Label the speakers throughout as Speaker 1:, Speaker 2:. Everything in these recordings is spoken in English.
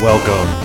Speaker 1: Welcome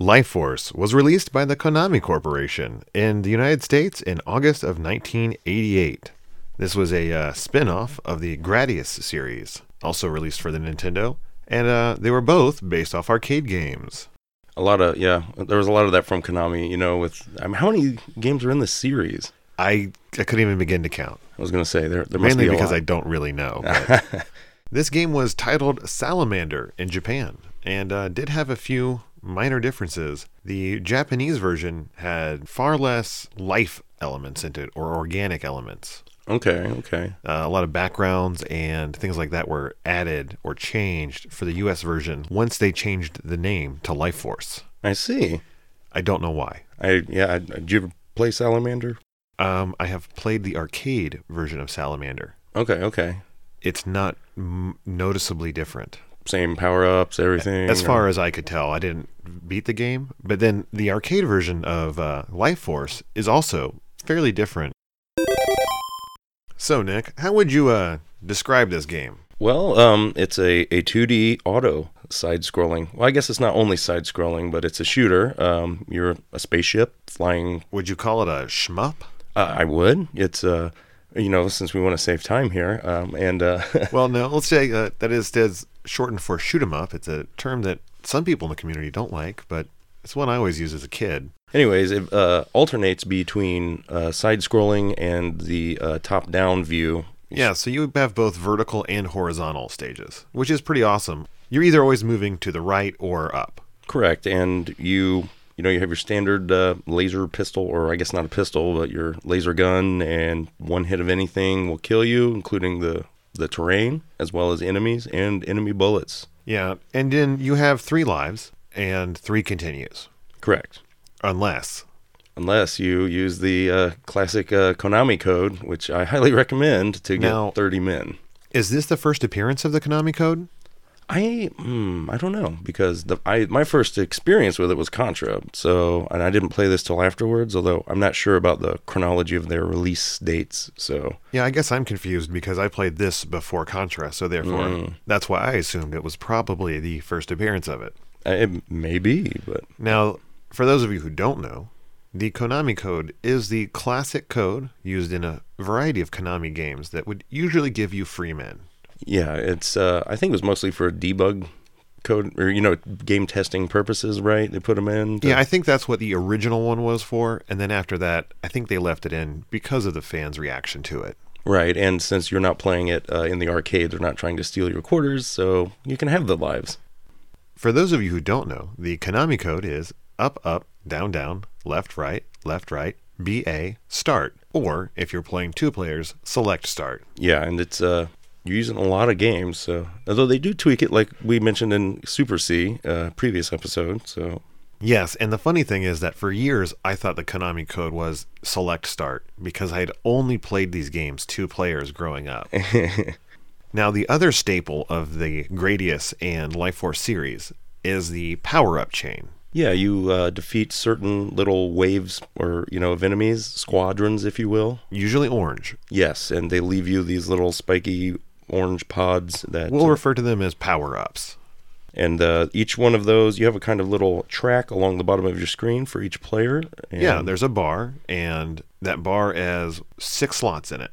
Speaker 1: Life Force was released by the Konami Corporation in the United States in August of 1988. This was a uh, spin off of the Gradius series, also released for the Nintendo, and uh, they were both based off arcade games.
Speaker 2: A lot of, yeah, there was a lot of that from Konami, you know, with, I mean, how many games are in this series?
Speaker 1: I, I couldn't even begin to count,
Speaker 2: I was going to say, there, there must
Speaker 1: mainly
Speaker 2: be a
Speaker 1: because I
Speaker 2: lot.
Speaker 1: don't really know. but- This game was titled Salamander in Japan and uh, did have a few minor differences. The Japanese version had far less life elements in it or organic elements.
Speaker 2: okay, okay.
Speaker 1: Uh, a lot of backgrounds and things like that were added or changed for the US version once they changed the name to Life Force.
Speaker 2: I see.
Speaker 1: I don't know why.
Speaker 2: I, yeah, I, did you ever play Salamander?
Speaker 1: Um, I have played the arcade version of Salamander.
Speaker 2: Okay, okay.
Speaker 1: It's not m- noticeably different.
Speaker 2: Same power ups, everything.
Speaker 1: As far as I could tell, I didn't beat the game. But then the arcade version of uh, Life Force is also fairly different. So, Nick, how would you uh, describe this game?
Speaker 2: Well, um, it's a, a 2D auto side scrolling. Well, I guess it's not only side scrolling, but it's a shooter. Um, you're a spaceship flying
Speaker 1: Would you call it a shmup?
Speaker 2: Uh, I would. It's uh, you know, since we want to save time here, um, and uh,
Speaker 1: Well, no. Let's say uh, that is that's shortened for shoot 'em up. It's a term that some people in the community don't like, but it's one I always use as a kid.
Speaker 2: anyways, it uh, alternates between uh, side scrolling and the uh, top down view.
Speaker 1: Yeah, so you have both vertical and horizontal stages, which is pretty awesome. You're either always moving to the right or up.
Speaker 2: Correct, and you you know you have your standard uh, laser pistol, or I guess not a pistol, but your laser gun, and one hit of anything will kill you, including the the terrain as well as enemies and enemy bullets.
Speaker 1: Yeah, and then you have three lives and three continues,
Speaker 2: Correct.
Speaker 1: unless
Speaker 2: Unless you use the uh, classic uh, Konami code, which I highly recommend to get
Speaker 1: Now-
Speaker 2: 30 men.
Speaker 1: is this the first appearance of the Konami code?
Speaker 2: I mm, I don't know because the I my first experience with it was Contra. So and I didn't play this till afterwards. Although I'm not sure about the chronology of their release dates. So
Speaker 1: Yeah, I guess I'm confused because I played this before Contra, so therefore that's why I assumed it was probably the first appearance of it.
Speaker 2: uh, it may be, but
Speaker 1: Now, for those of you who don't know, the Konami code is the classic code used in a variety of Konami games that would usually give you free men.
Speaker 2: yeah, it's uh, I think it was mostly for debug code or you know game testing purposes, right? They put them in. to-
Speaker 1: Yeah, I think that's what the original one was for, and then after that, I think they left it in because of the fans' reaction to it.
Speaker 2: Right, and since you're not playing it uh, in the arcade, they're not trying to steal your quarters, so you can have the lives.
Speaker 1: For those of you who don't know, the Konami code is up, up, down, down, left, right, left, right, BA, start. Or if you're playing two players, select start.
Speaker 2: Yeah, and it's uh you use it in a lot of games, so although they do tweak it like we mentioned in Super C uh previous episode, so
Speaker 1: Yes, and the funny thing is that for years I thought the Konami code was select start because I had only played these games two players growing up. now, the other staple of the Gradius and Life Force series is the power up chain.
Speaker 2: yeah, you uh, defeat certain little waves or you know of enemies, squadrons, if you will.
Speaker 1: Usually orange.
Speaker 2: Yes, and they leave you these little spiky orange pods that
Speaker 1: We'll refer to them as power ups.
Speaker 2: and uh, each one of those you have a kind of little track along the bottom of your screen for each player. And
Speaker 1: Yeah, there's a bar, and that bar has six slots in it.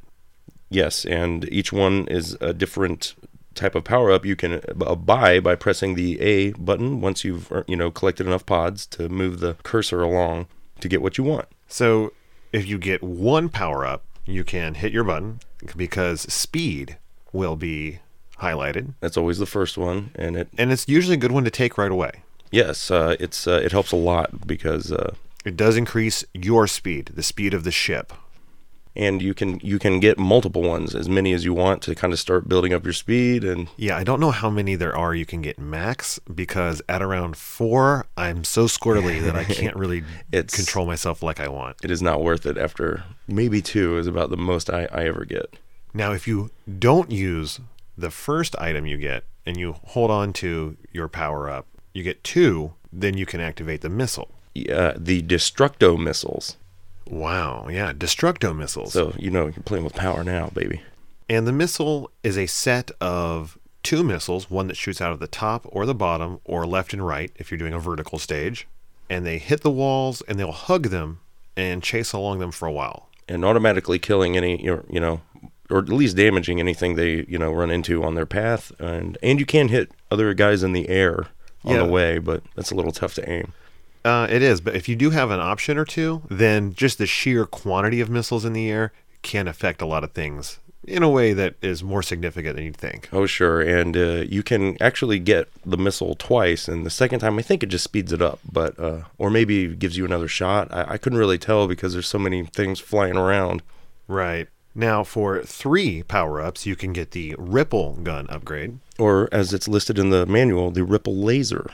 Speaker 2: Yes, and each one is a different type of power up you can uh, buy by pressing the A button once you've uh, you know collected enough pods to move the cursor along to get what you want.
Speaker 1: So if you get one power up, you can hit your button because speed will be highlighted,
Speaker 2: That's always the first one, and it
Speaker 1: and it's usually a good one to take right away.
Speaker 2: yes, uh, it's uh, it helps a lot because uh,
Speaker 1: It does increase your speed, the speed of the ship.
Speaker 2: and you can you can get multiple ones, as many as you want, to kind of start building up your speed. And
Speaker 1: Yeah, I don't know how many there are you can get max because at around four, I'm so squirrely that I can't really
Speaker 2: It's-
Speaker 1: control myself like I want.
Speaker 2: it is not worth it after maybe two is about the most I, I ever get.
Speaker 1: Now, if you don't use the first item you get and you hold on to your power up, you get two, then you can activate the missile.
Speaker 2: Yeah, uh, the Destructo missiles.
Speaker 1: Wow, yeah, destructo missiles.
Speaker 2: So you know you're playing with power now, baby.
Speaker 1: And the missile is a set of two missiles, one that shoots out of the top or the bottom or left and right if you're doing a vertical stage. And they hit the walls and they'll hug them and chase along them for a while.
Speaker 2: and automatically killing any you know- you know or at least damaging anything they you know run into on their path and and you can hit other guys in the air on
Speaker 1: Yeah.
Speaker 2: the way but that's a little tough to aim
Speaker 1: Uh, it is, but if you do have an option or two, then just the sheer quantity of missiles in the air can affect a lot of things in a way that is more significant than you'd think.
Speaker 2: oh sure and uh, you can actually get the missile twice and the second time i think it just speeds it up but uh, or maybe it gives you another shot I, I couldn't really tell because there's so many things flying around
Speaker 1: Right. Now, for three power ups, you can get the Ripple gun upgrade.
Speaker 2: or as it's listed in the manual the ripple laser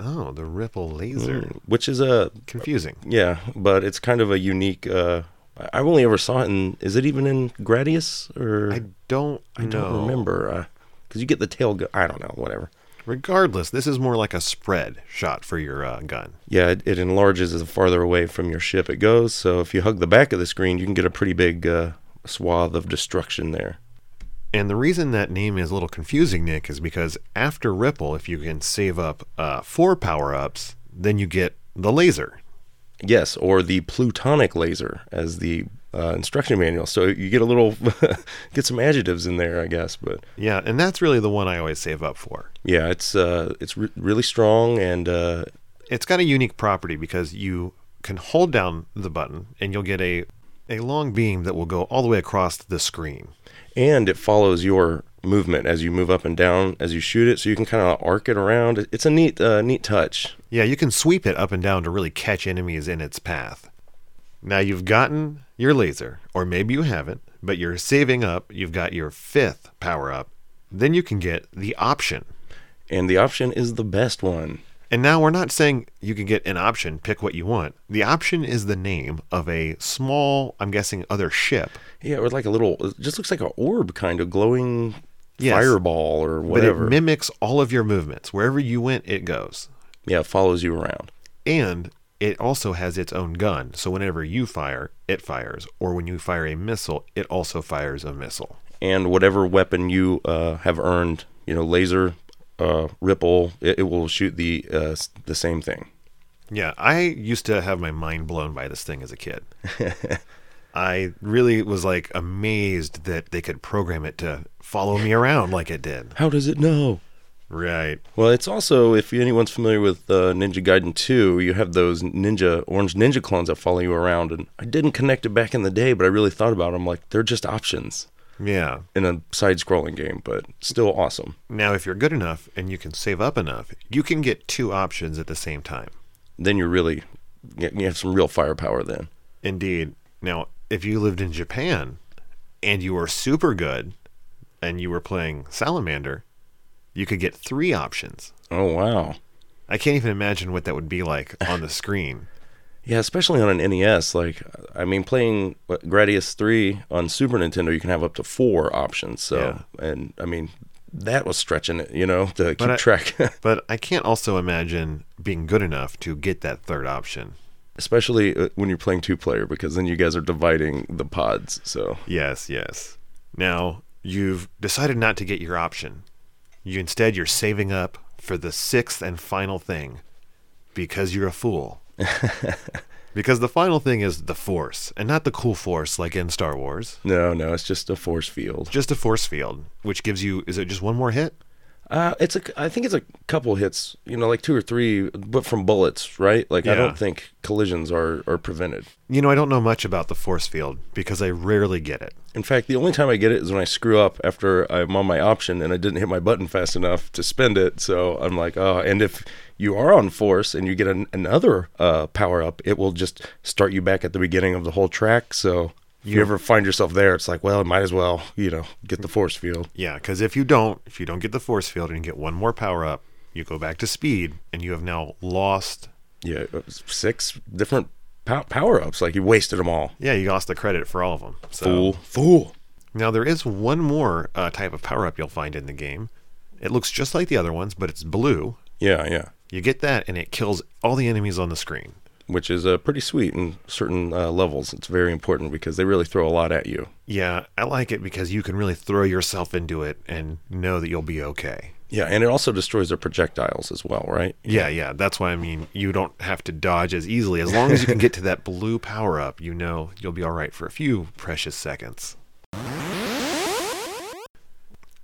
Speaker 1: Oh, the Ripple laser.
Speaker 2: which is a
Speaker 1: Confusing.
Speaker 2: Yeah, but it's kind of a unique. Uh, I- I've only ever saw it in. Is it even in Gradius or?
Speaker 1: I don't
Speaker 2: I don't
Speaker 1: know.
Speaker 2: remember. Because you get the tail gun. I don't know. Whatever.
Speaker 1: Regardless, this is more like a spread shot for your uh, gun.
Speaker 2: Yeah, it, it enlarges the farther away from your ship it goes. So if you hug the back of the screen, you can get a pretty big uh, swath of destruction there.
Speaker 1: And the reason that name is a little confusing, Nick, is because after Ripple, if you can save up uh, four power ups, then you get the laser.
Speaker 2: Yes, or the plutonic laser as the uh, instruction manual. So you get a little, get some adjectives in there, I guess. But
Speaker 1: Yeah, and that's really the one I always save up for.
Speaker 2: yeah, it's uh, it's re- really strong and uh,
Speaker 1: It's got a unique property because you can hold down the button and you'll get a, a long beam that will go all the way across the screen.
Speaker 2: and it follows your movement as you move up and down as you shoot it so you can kind of arc it around It- it's a neat uh, neat touch
Speaker 1: Yeah, you can sweep it up and down to really catch enemies in its path. Now you've gotten your laser, or maybe you haven't, but you're saving up. You've got your fifth power up. Then you can get the option.
Speaker 2: and the option is the best one
Speaker 1: And now we're not saying you can get an option, pick what you want. The option is the name of a small, I'm guessing, other ship,
Speaker 2: yeah or like a little it just looks like an orb kind of glowing
Speaker 1: Yes.
Speaker 2: fireball or
Speaker 1: but
Speaker 2: whatever
Speaker 1: it mimics all of your movements. Wherever you went, it goes.
Speaker 2: yeah it follows you around
Speaker 1: And it also has its own gun. So whenever you fire, it fires. Or when you fire a missile, it also fires a missile.
Speaker 2: and whatever weapon you uh, have earned you know laser uh, ripple it, it will shoot the uh, s- the same thing
Speaker 1: Yeah, I used to have my mind blown by this thing as a kid. I really was like amazed that they could program it to follow me around like it did.
Speaker 2: how does it know
Speaker 1: Right.
Speaker 2: Well, it's also if anyone's familiar with uh, Ninja Gaiden 2, you have those ninja orange ninja clones that follow you around, and I didn't connect it back in the day, but I really thought about them. Like they're just options
Speaker 1: Yeah.
Speaker 2: in a side-scrolling game, but still awesome.
Speaker 1: Now, if you're good enough and you can save up enough, you can get two options at the same time.
Speaker 2: Then you're really you have some real firepower. Then
Speaker 1: Indeed. Now, if you lived in Japan and you were super good and you were playing Salamander, you could get three options.
Speaker 2: oh wow,
Speaker 1: I can't even imagine what that would be like on the screen.
Speaker 2: yeah, especially on an NES. Like I mean, playing what, Gradius 3 on Super Nintendo, you can have up to four options. So and I mean. That was stretching it, you know, to keep
Speaker 1: I-
Speaker 2: track.
Speaker 1: But I can't also imagine being good enough to get that third option.
Speaker 2: especially uh, when you're playing two player because then you guys are dividing the pods so
Speaker 1: Yes, yes. Now, you've decided not to get your option. You instead you're saving up for the sixth and final thing because you're a fool. because the final thing is the force, and not the cool force like in Star Wars.
Speaker 2: no no it's just a force field
Speaker 1: Just a force field, which gives you is it just one more hit?
Speaker 2: uh it's a i think it's a couple hits you know like two or three but from bullets right like i
Speaker 1: Yeah.
Speaker 2: don't think collisions are are prevented
Speaker 1: You know, I don't know much about the force field because I rarely get it.
Speaker 2: in fact the only time i get it is when i screw up after i'm on my option and i didn't hit my button fast enough to spend it so i'm like oh and if you are on force and you get an, another uh power up it will just start you back at the beginning of the whole track so If you ever find yourself there, it's like, well, might as well, you know, get the force field.
Speaker 1: Yeah, because if you don't, if you don't get the force field and you get one more power up, you go back to speed, and you have now lost.
Speaker 2: Yeah, it was six different pow- power ups. Like you wasted them all.
Speaker 1: Yeah, you lost the credit for all of them. So
Speaker 2: Fool, fool.
Speaker 1: now there is one more uh, type of power up you'll find in the game. It looks just like the other ones, but it's blue.
Speaker 2: Yeah, yeah.
Speaker 1: You get that, and it kills all the enemies on the screen.
Speaker 2: Which is uh, pretty sweet in certain uh, levels. It's very important because they really throw a lot at you.
Speaker 1: Yeah, I like it because you can really throw yourself into it and know that you'll be okay.
Speaker 2: Yeah, and it also destroys their projectiles as well, right?
Speaker 1: Yeah, yeah, that's why I mean you don't have to dodge as easily. As long as you can get to that blue power up, you know you'll be all right for a few precious seconds.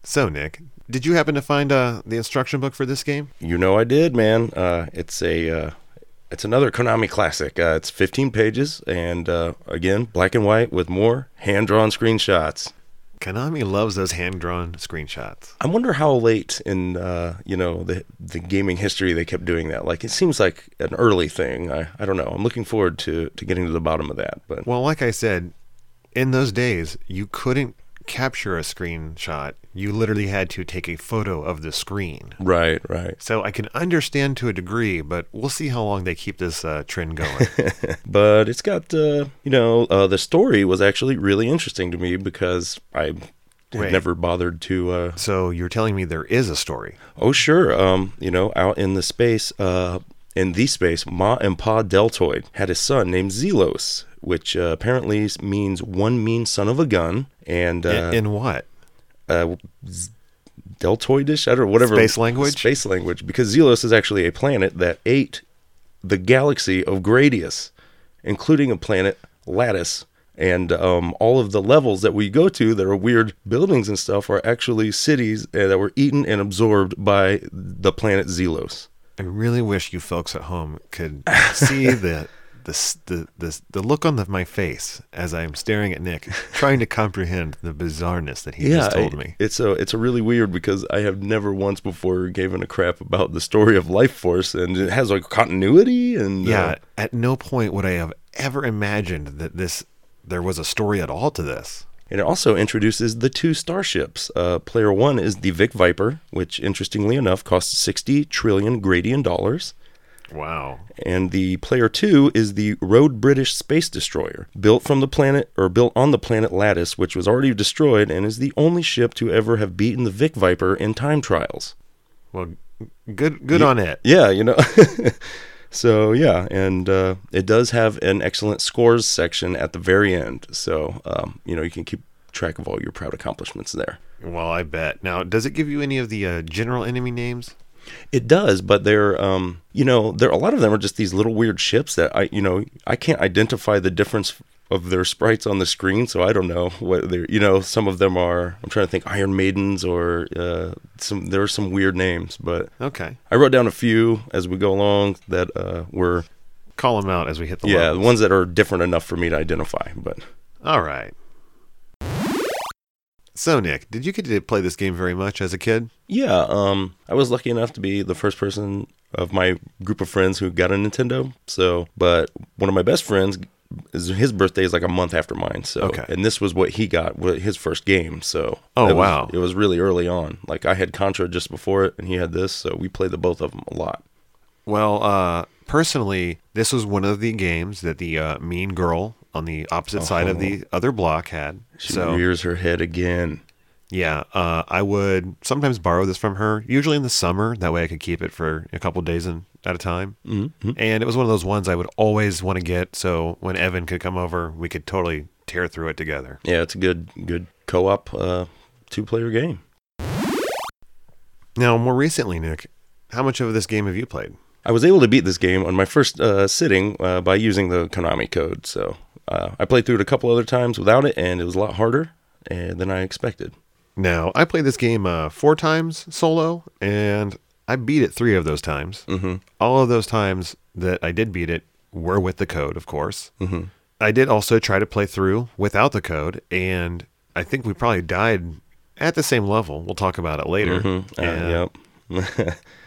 Speaker 1: So, Nick, did you happen to find uh, the instruction book for this game?
Speaker 2: You know I did, man. Uh, it's a uh, it's another Konami classic. Uh, it's 15 pages, and uh, again, black and white with more hand drawn screenshots.
Speaker 1: Konami loves those hand drawn screenshots.
Speaker 2: I wonder how late in uh, you know the the gaming history they kept doing that. Like it seems like an early thing. I, I don't know. I'm looking forward to to getting to the bottom of that. But
Speaker 1: Well, like I said, in those days, you couldn't capture a screenshot. You literally had to take a photo of the screen.
Speaker 2: right, right.
Speaker 1: So I can understand to a degree, but we'll see how long they keep this uh, trend going.
Speaker 2: but it's got uh, you know uh, the story was actually really interesting to me because I
Speaker 1: Wait.
Speaker 2: had never bothered to. Uh,
Speaker 1: so you're telling me there is a story.
Speaker 2: oh sure, um, you know, out in the space, uh, in the space, Ma and Pa Deltoid had a son named Zelos, which uh, apparently means one mean son of a gun, and
Speaker 1: In-
Speaker 2: uh,
Speaker 1: in what?
Speaker 2: uh, z- deltoidish, I don't know, whatever
Speaker 1: Space language?
Speaker 2: space language, because Zelos is actually a planet that ate the galaxy of Gradius, including a planet Lattice, and um, all of the levels that we go to that are weird buildings and stuff are actually cities uh, that were eaten and absorbed by the planet Zelos.
Speaker 1: I really wish you folks at home could see the. The, s- the, the, the look on the, my face as I'm staring at Nick, trying to comprehend the bizarreness that he just told
Speaker 2: I-
Speaker 1: me.
Speaker 2: It's a it's a really weird because I have never once before given a crap about the story of life force and it has like continuity and uh,
Speaker 1: Yeah, at no point would I have ever imagined that this there was a story at all to this.
Speaker 2: And it also introduces the two starships. Uh, player one is the Vic Viper, which interestingly enough costs 60 trillion Gradian dollars.
Speaker 1: Wow.
Speaker 2: And the player two is the Road British Space Destroyer, built from the planet or built on the planet Lattice, which was already destroyed and is the only ship to ever have beaten the Vic Viper in time trials.
Speaker 1: Well, good good on it.
Speaker 2: Yeah, you know. so yeah, and uh, it does have an excellent scores section at the very end. So um, you know you can keep track of all your proud accomplishments there.
Speaker 1: Well, I bet. Now, does it give you any of the uh, general enemy names?
Speaker 2: It does, but they're um, you know, there a lot of them are just these little weird ships that I you know I can't identify the difference of their sprites on the screen, so I don't know what they're you know some of them are. I'm trying to think Iron Maidens or uh, some there are some weird names, but
Speaker 1: Okay.
Speaker 2: I wrote down a few as we go along that uh, were
Speaker 1: Call them out as we hit the
Speaker 2: yeah
Speaker 1: level.
Speaker 2: ones that are different enough for me to identify, but.
Speaker 1: All right. So, Nick, did you get to play this game very much as a kid?
Speaker 2: Yeah, um, I was lucky enough to be the first person of my group of friends who got a Nintendo. So, but one of my best friends, is, his birthday is like a month after mine. So,
Speaker 1: Okay.
Speaker 2: and this was what he got, wa- his first game. So,
Speaker 1: Oh,
Speaker 2: it was-
Speaker 1: wow.
Speaker 2: it was really early on. Like I had Contra just before it, and he had this. So we played the both of them a lot.
Speaker 1: Well, uh, personally, this was one of the games that the uh, mean girl on the opposite side of the other block had.
Speaker 2: She
Speaker 1: so,
Speaker 2: rears her head again.
Speaker 1: yeah, uh, I would sometimes borrow this from her, usually in the summer. That way I could keep it for a couple days in, at a time. Mm-hmm. And it was one of those ones I would always want to get. So, when Evan could come over, we could totally tear through it together.
Speaker 2: Yeah, it's a good, good co-op uh, two-player game.
Speaker 1: Now, more recently, Nick, how much of this game have you played?
Speaker 2: I was able to beat this game on my first uh, sitting uh, by using the Konami code. So uh, I played through it a couple other times without it, and it was a lot harder uh, than I expected.
Speaker 1: Now, I played this game uh, four times solo, and I beat it three of those times. Mm-hmm. All of those times that I did beat it were with the code, of course. Mm-hmm. I did also try to play through without the code, and I think we probably died at the same level. We'll talk about it later.
Speaker 2: Uh,
Speaker 1: And-
Speaker 2: Yep.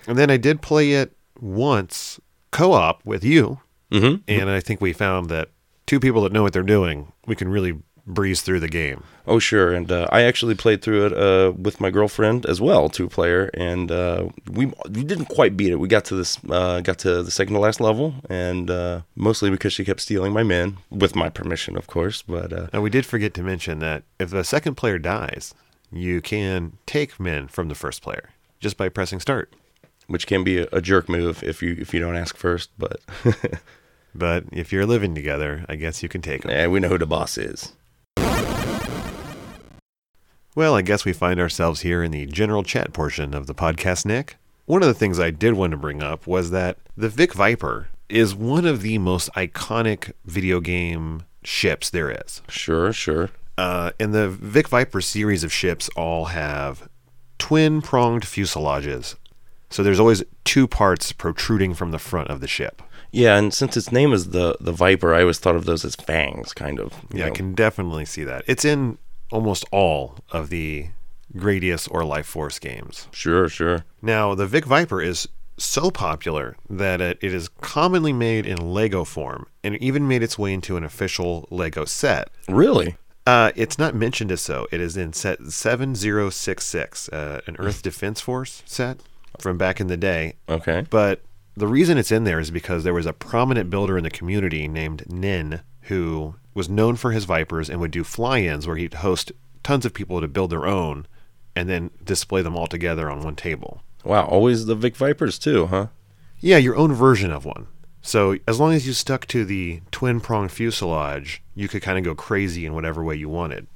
Speaker 1: and then I did play it once co op with you.
Speaker 2: Mhm.
Speaker 1: And I think we found that two people that know what they're doing, we can really breeze through the game.
Speaker 2: Oh, sure. And uh, I actually played through it uh, with my girlfriend as well, two player, and uh, we we didn't quite beat it. We got to this uh, got to the second to last level, and uh, mostly because she kept stealing my men with my permission, of course. But uh,
Speaker 1: Now, we did forget to mention that if the second player dies, you can take men from the first player just by pressing start.
Speaker 2: which can be a, a jerk move if you if you don't ask first. But
Speaker 1: But if you're living together, I guess you can take them.
Speaker 2: eh, we know who the boss is.
Speaker 1: Well, I guess we find ourselves here in the general chat portion of the podcast, Nick. One of the things I did want to bring up was that the Vic Viper is one of the most iconic video game ships there is.
Speaker 2: Sure, sure.
Speaker 1: Uh, and the Vic Viper series of ships all have twin pronged fuselages. So there's always two parts protruding from the front of the ship.
Speaker 2: Yeah, and since its name is the the Viper, I always thought of those as fangs, kind of. you
Speaker 1: Yeah, I
Speaker 2: know.
Speaker 1: can definitely see that. It's in almost all of the Gradius or Life Force games.
Speaker 2: sure, sure.
Speaker 1: Now, the Vic Viper is so popular that it, it is commonly made in Lego form and even made its way into an official Lego set.
Speaker 2: Really?
Speaker 1: Uh, it's not mentioned as so. It is in set 7066, uh, an Earth Defense Force set from back in the day.
Speaker 2: Okay.
Speaker 1: But the reason it's in there is because there was a prominent builder in the community named Nin who was known for his Vipers and would do fly ins where he'd host tons of people to build their own and then display them all together on one table.
Speaker 2: Wow, always the Vic Vipers too, huh?
Speaker 1: Yeah, your own version of one. So as long as you stuck to the twin prong fuselage, you could kind of go crazy in whatever way you wanted.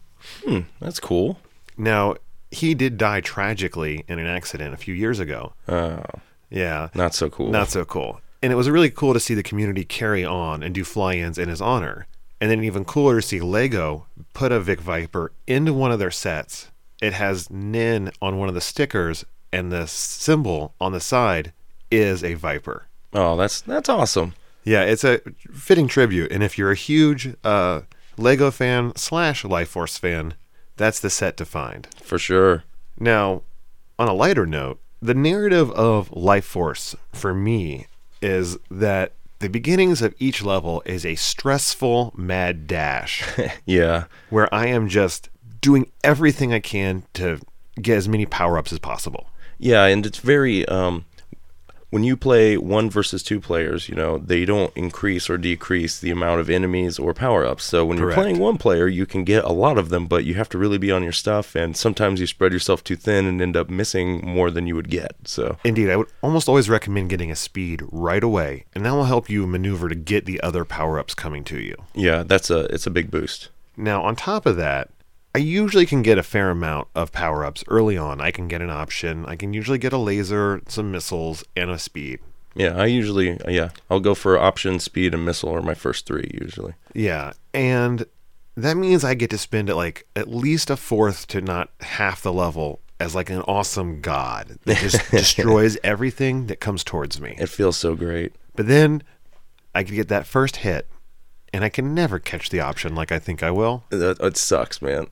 Speaker 2: That's cool.
Speaker 1: Now, he did die tragically in an accident a few years ago.
Speaker 2: Oh,
Speaker 1: Yeah,
Speaker 2: not so cool.
Speaker 1: not so cool. And it was really cool to see the community carry on and do fly ins in his honor. And then even cooler to see Lego put a Vic Viper into one of their sets. It has Nin on one of the stickers, and the symbol on the side is a Viper.
Speaker 2: oh, that's that's awesome.
Speaker 1: Yeah, it's a fitting tribute. And if you're a huge uh, Lego fan slash Life Force fan, that's the set to find.
Speaker 2: For sure.
Speaker 1: Now, on a lighter note, the narrative of Life Force for me is that the beginnings of each level is a stressful mad dash
Speaker 2: Yeah.
Speaker 1: where I am just doing everything I can to get as many power ups as possible.
Speaker 2: Yeah, and it's very um when you play one versus two players, you know, they don't increase or decrease the amount of enemies or power ups. So when
Speaker 1: Correct.
Speaker 2: you're playing one player, you can get a lot of them, but you have to really be on your stuff and sometimes you spread yourself too thin and end up missing more than you would get. So
Speaker 1: Indeed, I would almost always recommend getting a speed right away, and that will help you maneuver to get the other power ups coming to you.
Speaker 2: yeah, that's a it's a big boost.
Speaker 1: Now, on top of that, I usually can get a fair amount of power ups early on. I can get an option. I can usually get a laser, some missiles, and a speed.
Speaker 2: Yeah, I usually yeah, I'll go for option, speed, and missile are my first three usually.
Speaker 1: Yeah. And that means I get to spend at like at least a fourth to not half the level as like an awesome god that just destroys everything that comes towards me.
Speaker 2: It feels so great.
Speaker 1: But then I can get that first hit and I can never catch the option like I think I will.
Speaker 2: That, it sucks, man.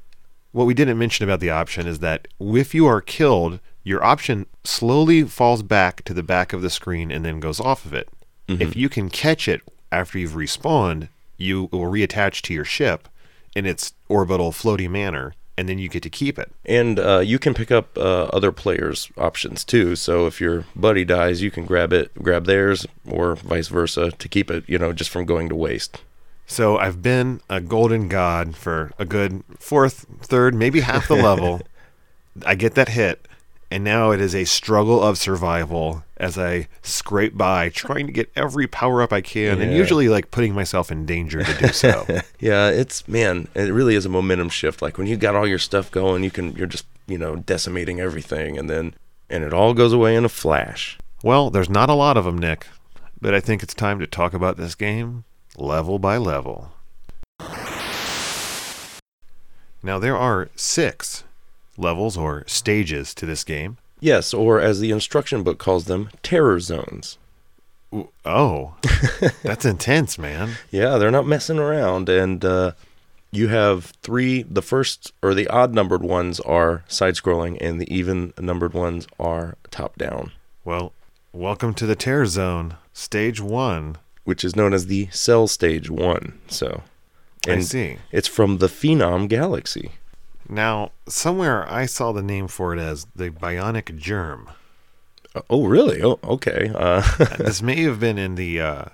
Speaker 1: What we didn't mention about the option is that if you are killed, your option slowly falls back to the back of the screen and then goes off of it. If you can catch it after you've respawned, you it will reattach to your ship in its orbital floaty manner, and then you get to keep it.
Speaker 2: And uh, you can pick up uh, other players' options too. So if your buddy dies, you can grab it, grab theirs, or vice versa to keep it, you know, just from going to waste.
Speaker 1: So I've been a golden god for a good fourth, third, maybe half the level. I get that hit, and now it is a struggle of survival as I scrape by, trying to get every power up I can, and
Speaker 2: Yeah.
Speaker 1: usually like putting myself in danger to do so.
Speaker 2: Yeah, it's man, it really is a momentum shift. Like when you got all your stuff going, you can you're just, you know, decimating everything and then and it all goes away in a flash.
Speaker 1: well, there's not a lot of them, Nick, but I think it's time to talk about this game level by level. Now, there are six levels or stages to this game.
Speaker 2: Yes, or as the instruction book calls them, terror zones.
Speaker 1: W- Oh, that's intense, man.
Speaker 2: Yeah, they're not messing around. And uh, you have three. The first or the odd numbered ones are side scrolling, and the even numbered ones are top down,
Speaker 1: Well, welcome to the Terror Zone, Stage One.
Speaker 2: which is known as the cell stage one. So
Speaker 1: I see.
Speaker 2: It's from the Phenom Galaxy.
Speaker 1: Now, somewhere I saw the name for it as the Bionic Germ.
Speaker 2: Uh, Oh, really? Oh, okay. Uh,
Speaker 1: this may have been in the uh,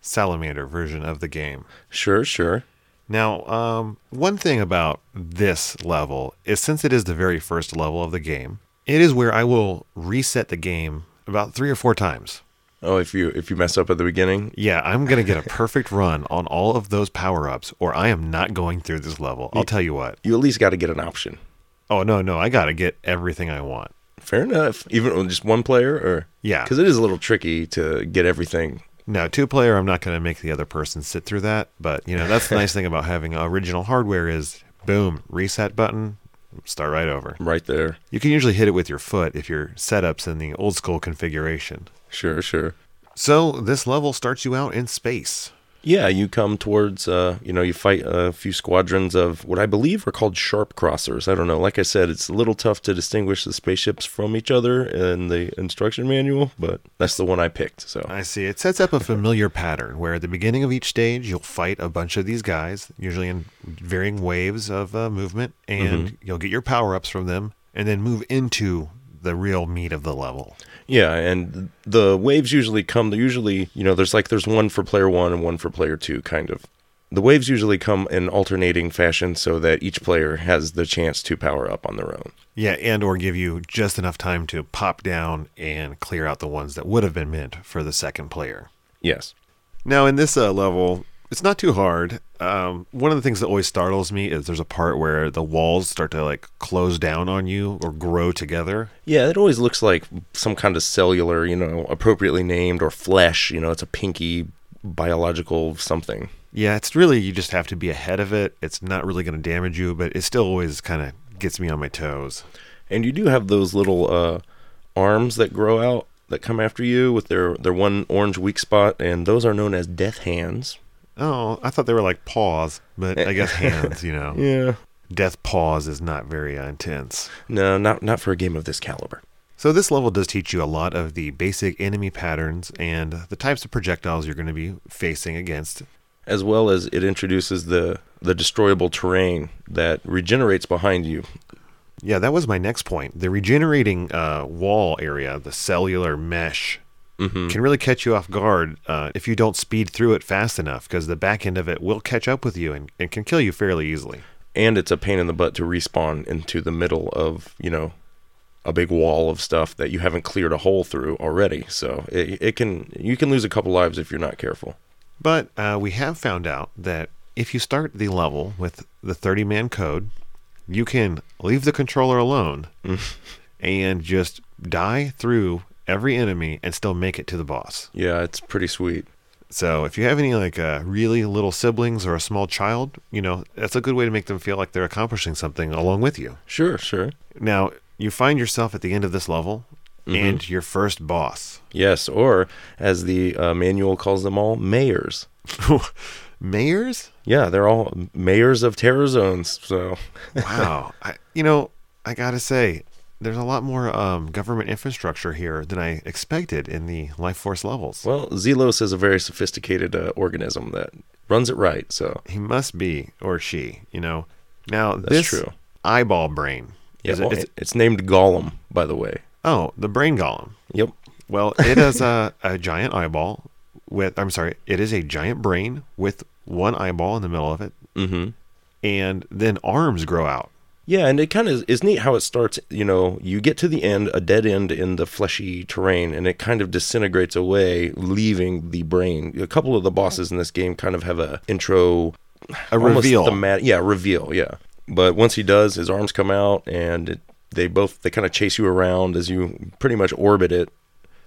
Speaker 1: Salamander version of the game.
Speaker 2: sure, sure.
Speaker 1: Now, um, one thing about this level is since it is the very first level of the game, it is where I will reset the game about three or four times.
Speaker 2: Oh, if you if you mess up at the beginning,
Speaker 1: Yeah, I'm going to get a perfect run on all of those power ups, or I am not going through this level. I'll tell you what.
Speaker 2: you at least got to get an option.
Speaker 1: Oh, no, no, I got to get everything I want.
Speaker 2: Fair enough. Even with just one player, or
Speaker 1: Yeah.
Speaker 2: because it is a little tricky to get everything.
Speaker 1: Now, two player, I'm not going to make the other person sit through that, but you know, that's the nice thing about having original hardware is boom, reset button, start right over.
Speaker 2: Right there.
Speaker 1: You can usually hit it with your foot if your setup's in the old school configuration.
Speaker 2: Sure, sure.
Speaker 1: So, this level starts you out in space.
Speaker 2: Yeah, you come towards, uh, you know, you fight a few squadrons of what I believe are called sharp crossers. I don't know. Like I said, it's a little tough to distinguish the spaceships from each other in the instruction manual, but that's the one I picked. So,
Speaker 1: I see. It sets up a familiar pattern where at the beginning of each stage, you'll fight a bunch of these guys, usually in varying waves of uh, movement, and you'll get your power ups from them and then move into the real meat of the level.
Speaker 2: yeah, and the waves usually come, they're usually, you know, there's like there's one for player one and one for player two, kind of. The waves usually come in alternating fashion so that each player has the chance to power up on their own.
Speaker 1: Yeah, and or give you just enough time to pop down and clear out the ones that would have been meant for the second player.
Speaker 2: Yes.
Speaker 1: Now, in this uh, level, it's not too hard. Um, one of the things that always startles me is there's a part where the walls start to like close down on you or grow together.
Speaker 2: Yeah, it always looks like some kind of cellular, you know, appropriately named or flesh, you know, it's a pinky biological something.
Speaker 1: Yeah, it's really you just have to be ahead of it. It's not really going to damage you, but it still always kind of gets me on my toes.
Speaker 2: And you do have those little uh, arms that grow out that come after you with their their one orange weak spot and those are known as death hands.
Speaker 1: Oh, I thought they were like paws, but I guess hands, you know.
Speaker 2: Yeah.
Speaker 1: Death paws is not very uh, intense.
Speaker 2: No, not not for a game of this caliber.
Speaker 1: So this level does teach you a lot of the basic enemy patterns and the types of projectiles you're going to be facing against.
Speaker 2: As well as it introduces the the destroyable terrain that regenerates behind you.
Speaker 1: Yeah, that was my next point. The regenerating uh, wall area, the cellular mesh, can really catch you off guard uh, if you don't speed through it fast enough, because the back end of it will catch up with you and, and can kill you fairly easily.
Speaker 2: and it's a pain in the butt to respawn into the middle of you know a big wall of stuff that you haven't cleared a hole through already so it, it can you can lose a couple lives if you're not careful
Speaker 1: But uh, we have found out that if you start the level with the 30 man code, you can leave the controller alone and just die through every enemy and still make it to the boss.
Speaker 2: yeah it's pretty sweet
Speaker 1: So if you have any like uh, really little siblings or a small child, you know, that's a good way to make them feel like they're accomplishing something along with you.
Speaker 2: sure sure
Speaker 1: Now, you find yourself at the end of this level
Speaker 2: Mm-hmm.
Speaker 1: and your first boss.
Speaker 2: yes or as the uh, manual calls them all mayors
Speaker 1: Mayors?
Speaker 2: yeah they're all mayors of terror zones so
Speaker 1: Wow. I, you know, I got to say, there's a lot more um, government infrastructure here than I expected in the life force levels.
Speaker 2: well zelos is a very sophisticated uh, organism that runs it right so
Speaker 1: He must be, or she, you know. Now, this
Speaker 2: true.
Speaker 1: eyeball brain.
Speaker 2: yeah
Speaker 1: is it-
Speaker 2: well,
Speaker 1: is it-
Speaker 2: it's, it's named gollum by the way
Speaker 1: oh, the brain golem.
Speaker 2: yep
Speaker 1: Well, it is a, a giant eyeball with, I'm sorry, it is a giant brain with one eyeball in the middle of it.
Speaker 2: mm-hmm
Speaker 1: And then arms grow out.
Speaker 2: Yeah, and it kind of is neat how it starts. You know, you get to the end, a dead end in the fleshy terrain, and it kind of disintegrates away, leaving the brain. A couple of the bosses in this game kind of have a intro,
Speaker 1: A
Speaker 2: almost
Speaker 1: reveal.
Speaker 2: thema- yeah, reveal. Yeah, but once he does, his arms come out, and it, they both they kind of chase you around as you pretty much orbit it.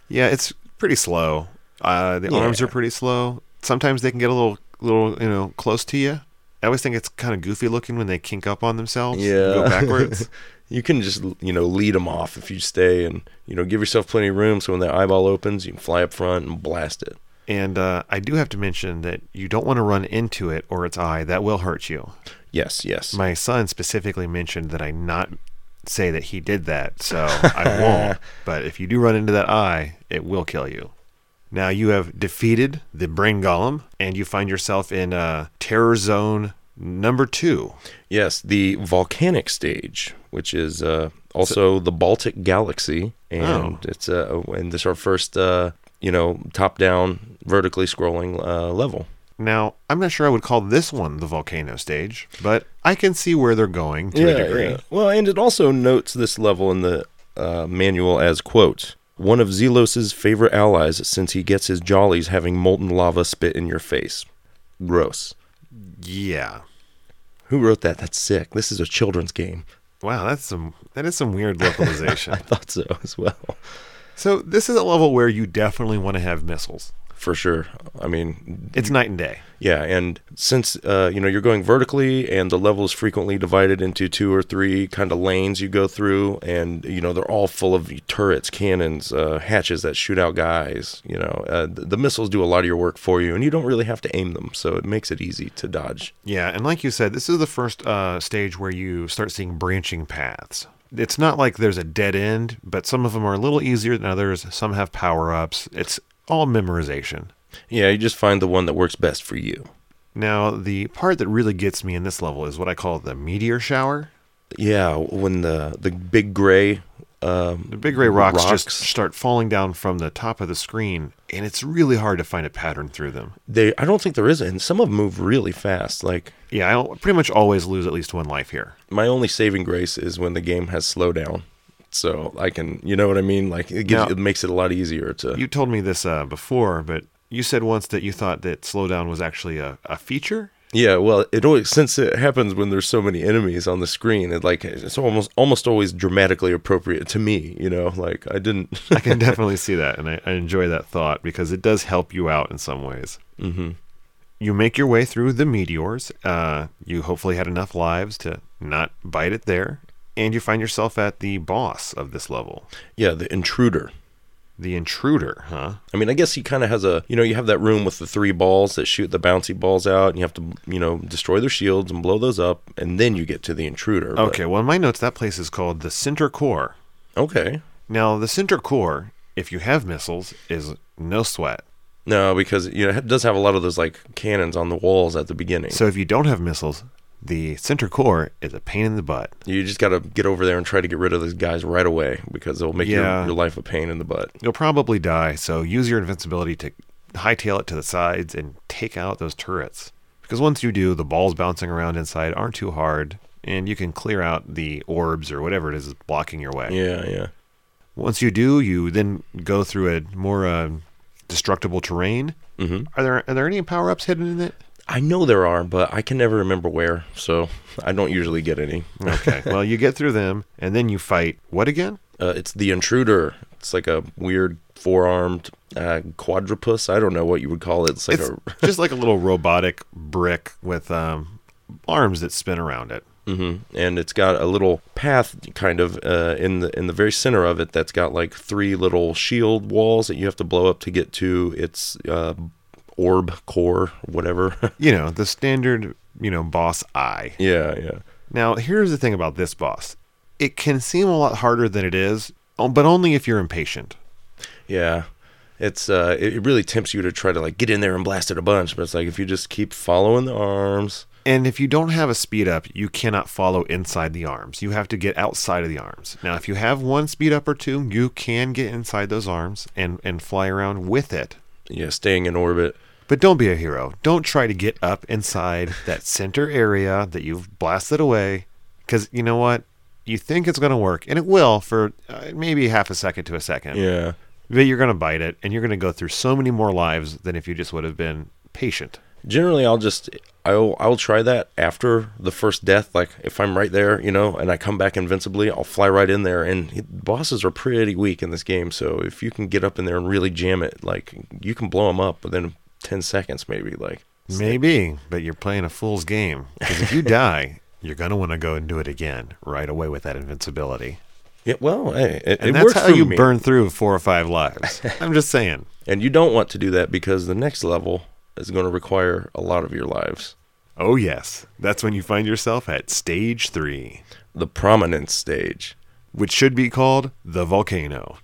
Speaker 1: yeah, it's pretty slow. Uh, the arms
Speaker 2: Yeah.
Speaker 1: are pretty slow. Sometimes they can get a little, little, you know, close to you. I always think it's kind of goofy looking when they kink up on themselves. and Go
Speaker 2: Yeah.
Speaker 1: backwards.
Speaker 2: You can just you know lead them off if you stay and you know give yourself plenty of room. So when that eyeball opens, you can fly up front and blast it.
Speaker 1: and uh, I do have to mention that you don't want to run into it or its eye. That will hurt you.
Speaker 2: Yes, yes.
Speaker 1: My son specifically mentioned that I not say that he did that, so I won't. But if you do run into that eye, it will kill you. Now you have defeated the Brain Golem, and you find yourself in uh, Terror Zone number two.
Speaker 2: Yes, the volcanic stage, which is uh, also the Baltic galaxy, and
Speaker 1: Oh.
Speaker 2: it's uh, and this is our first uh, you know top down vertically scrolling uh, level.
Speaker 1: Now, I'm not sure I would call this one the volcano stage, but I can see where they're going to a degree.
Speaker 2: Well, and it also notes this level in the uh, manual as quote one of Zelos's favorite allies since he gets his jollies having molten lava spit in your face. Gross.
Speaker 1: Yeah.
Speaker 2: Who wrote that? That's sick. This is a children's game.
Speaker 1: Wow, that's some that is some weird localization.
Speaker 2: I thought so as well.
Speaker 1: so this is a level where you definitely want to have missiles.
Speaker 2: For sure. I mean,
Speaker 1: It's night and day.
Speaker 2: Yeah, and since uh, you know you're going vertically, and the level is frequently divided into two or three kind of lanes you go through, and you know they're all full of turrets, cannons, uh, hatches that shoot out guys. You know uh, th- the missiles do a lot of your work for you, and you don't really have to aim them, so it makes it easy to dodge.
Speaker 1: Yeah, and like you said, this is the first uh, stage where you start seeing branching paths. It's not like there's a dead end, but some of them are a little easier than others. Some have power ups. It's all memorization.
Speaker 2: Yeah, you just find the one that works best for you.
Speaker 1: Now, the part that really gets me in this level is what I call the meteor shower.
Speaker 2: Yeah, when the the big gray. Um,
Speaker 1: The big gray rocks, just
Speaker 2: Rocks.
Speaker 1: start falling down from the top of the screen, and it's really hard to find a pattern through them.
Speaker 2: they, I don't think there is, and some of them move really fast. Like
Speaker 1: Yeah, I al- pretty much always lose at least one life here.
Speaker 2: my only saving grace is when the game has slowdown. So I can, you know what I mean? Like it gives,
Speaker 1: Now-
Speaker 2: it makes it a lot easier to.
Speaker 1: You told me this uh, before, but you said once that you thought that slowdown was actually a, a feature.
Speaker 2: yeah, well, it always since it happens when there's so many enemies on the screen, it like it's almost almost always dramatically appropriate to me. You know, like I didn't.
Speaker 1: I can definitely see that, and I, I enjoy that thought because it does help you out in some ways. Mm-hmm. You make your way through the meteors. Uh, you hopefully had enough lives to not bite it there, and you find yourself at the boss of this level,
Speaker 2: yeah, the intruder.
Speaker 1: the intruder. Huh?
Speaker 2: I mean, I guess he kind of has a, you know, you have that room with the three balls that shoot the bouncy balls out, and you have to, you know, destroy their shields and blow those up, and then you get to the intruder. but-
Speaker 1: Okay. Well, in my notes, that place is called the Center Core.
Speaker 2: okay.
Speaker 1: Now, the Center Core, if you have missiles, is no sweat.
Speaker 2: No, because you know it does have a lot of those like cannons on the walls at the beginning.
Speaker 1: So if you don't have missiles, the center core is a pain in the butt.
Speaker 2: You just got to get over there and try to get rid of these guys right away because it'll make
Speaker 1: Yeah.
Speaker 2: your, your life a pain in the butt.
Speaker 1: You'll probably die, so use your invincibility to hightail it to the sides and take out those turrets. Because once you do, the balls bouncing around inside aren't too hard, and you can clear out the orbs or whatever it is that's blocking your way.
Speaker 2: Yeah, yeah.
Speaker 1: Once you do, you then go through a more um destructible terrain. Mm-hmm. Are there are there any power ups hidden in it?
Speaker 2: I know there are, but I can never remember where, so I don't usually get any.
Speaker 1: Okay. well, you get through them, and then you fight what again?
Speaker 2: Uh, it's the intruder. It's like a weird four-armed uh, quadrupus. I don't know what you would call it. It's like
Speaker 1: it's
Speaker 2: a
Speaker 1: just like a little robotic brick with um, arms that spin around it.
Speaker 2: hmm and it's got a little path kind of uh, in the in the very center of it that's got like three little shield walls that you have to blow up to get to its uh, orb core, whatever.
Speaker 1: You know, the standard, you know, boss eye.
Speaker 2: yeah, yeah.
Speaker 1: Now, here's the thing about this boss it can seem a lot harder than it is, o- but only if you're impatient.
Speaker 2: Yeah. It's uh it it really tempts you to try to like get in there and blast it a bunch, but it's like if you just keep following the arms.
Speaker 1: And if you don't have a speed up, you cannot follow inside the arms. You have to get outside of the arms. Now, if you have one speed up or two, you can get inside those arms and, and fly around with it.
Speaker 2: Yeah, staying in orbit.
Speaker 1: But don't be a hero. Don't try to get up inside that center area that you've blasted away. Because you know what? You think it's going to work, and it will for uh, maybe half a second to a second.
Speaker 2: Yeah.
Speaker 1: But you're going to bite it, and you're going to go through so many more lives than if you just would have been patient.
Speaker 2: Generally I'll just I'll I'll try that after the first death. Like if I'm right there, you know, and I come back invincibly, I'll fly right in there. And he- bosses are pretty weak in this game, so if you can get up in there and really jam it, like you can blow them up within ten seconds, maybe. Like
Speaker 1: Maybe, but you're playing a fool's game. Because if you die, you're going to want to go and do it again right away with that invincibility.
Speaker 2: yeah, well, hey, it,
Speaker 1: And
Speaker 2: it
Speaker 1: that's
Speaker 2: works
Speaker 1: how
Speaker 2: for
Speaker 1: you
Speaker 2: me.
Speaker 1: burn through four or five lives. I'm just saying.
Speaker 2: And you don't want to do that because the next level is going to require a lot of your lives.
Speaker 1: Oh, yes. That's when you find yourself at stage three.
Speaker 2: The prominence stage.
Speaker 1: which should be called the volcano.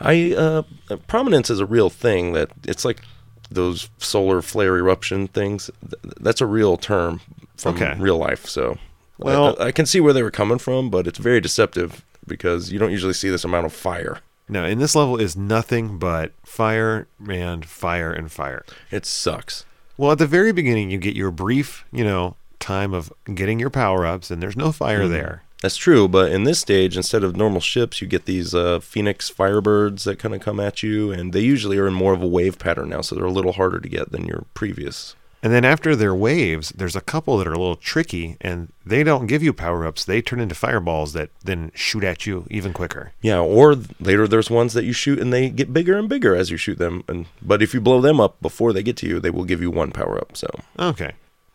Speaker 2: I uh, prominence is a real thing. That it's like those solar flare eruption things. Th- That's a real term from
Speaker 1: Okay.
Speaker 2: real life. So, I-
Speaker 1: Well-
Speaker 2: I, I can see where they were coming from, but it's very deceptive because you don't usually see this amount of fire.
Speaker 1: No, and this level is nothing but fire and fire and fire.
Speaker 2: It sucks.
Speaker 1: Well, at the very beginning, you get your brief, you know, time of getting your power ups, and there's no fire there.
Speaker 2: That's true, but in this stage, instead of normal ships, you get these uh, Phoenix Firebirds that kind of come at you, and they usually are in more of a wave pattern now, so they're a little harder to get than your previous.
Speaker 1: And then after their waves, there's a couple that are a little tricky, and they don't give you power ups. They turn into fireballs that then shoot at you even quicker.
Speaker 2: Yeah, or th- later there's ones that you shoot and they get bigger and bigger as you shoot them, and but if you blow them up before they get to you, they will give you one power up. So
Speaker 1: Okay.